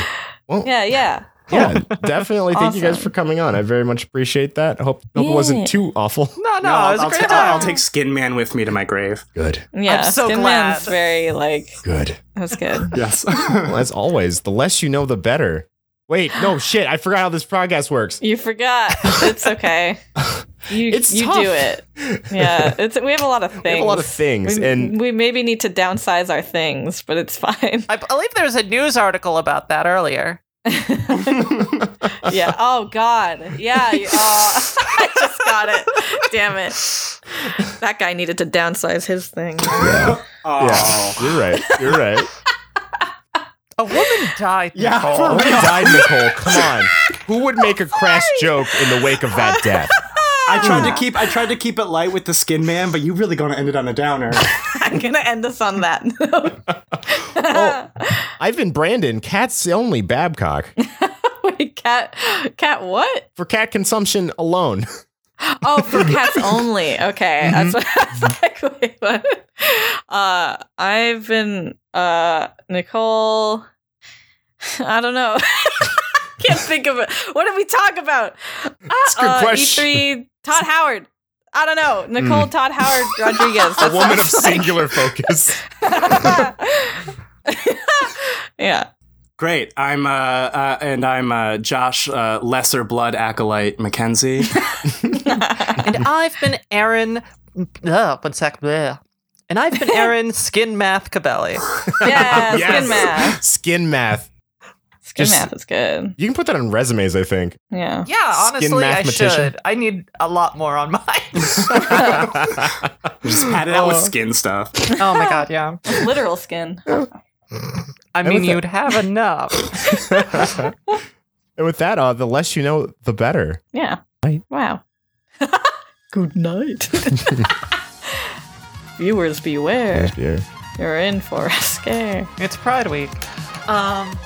B: Well, yeah,
A: yeah, yeah.
B: definitely. Thank you guys
A: Awesome.
B: for coming on. I very much appreciate that. I hope, hope it wasn't
A: Yeah.
B: too awful.
D: no, no,
C: I'll,
D: it was a
C: I'll
D: great
C: ta-
D: time.
C: I'll take Skin Man with me to my grave.
B: Good.
A: Yeah.
D: I'm so
A: Skin
D: glad.
A: Man's very like
B: Good.
A: that's good.
C: Yes.
B: Well, as always, the less you know, the better. Wait, no shit. I forgot how this podcast works.
A: You forgot. It's okay. You
B: It's
A: you
B: tough.
A: do it. Yeah. It's we have a lot of things.
B: We have a lot of things,
A: We-
B: and
A: we maybe need to downsize our things, but it's fine.
D: I believe there was a news article about that earlier.
A: yeah. Oh God. Yeah. you- oh, I just got it. Damn it. That guy needed to downsize his thing.
C: Oh.
B: Yeah, you're right. You're right.
D: A woman died.
C: Yeah,
D: Nicole.
C: for
B: Who died, Nicole? Come on. Who would make a crash joke in the wake of that death?
C: I tried to keep I tried to keep it light with the skin man, but you really gonna end it on a downer.
A: I'm gonna end this on that. note.
B: Well, I've been Oh, Brandon. Cats only Babcock
A: Wait, cat, cat, what?
B: for cat consumption alone.
A: Oh, for cats only. Okay,
B: Mm-hmm.
A: that's what I was like. Wait, what? Uh, I've been uh Nicole. I don't know. Can't think of it. What did we talk about? Uh,
B: a good
A: uh,
B: question. Hmm.
A: E3, Todd Howard. I don't know. Nicole Todd Howard Rodriguez.
B: A
A: That
B: woman of
A: sounds like-
B: singular focus.
A: yeah.
C: Great. I'm uh, uh and I'm uh Josh uh, Lesser Blood Acolyte Mackenzie.
D: And I've been Aaron. Uh, one sec. bleh. And I've been Aaron Skin Math Cabelli.
A: Yeah,
B: Yes.
A: skin math.
B: Skin math.
A: Skin
B: Just-
A: math is good.
B: You can put that on resumes, I think.
A: Yeah.
D: Yeah, honestly, I
B: mathematician.
D: should. I need a lot more on mine.
C: Just pat it out with skin stuff.
D: oh my god, yeah.
A: Literal skin.
D: I mean, you'd have enough.
B: And with that, uh, the less you know, the better.
A: Yeah.
B: Right.
A: Wow. Good night. Viewers beware.
B: Yeah.
A: You're in for a scare.
D: It's Pride Week. Um.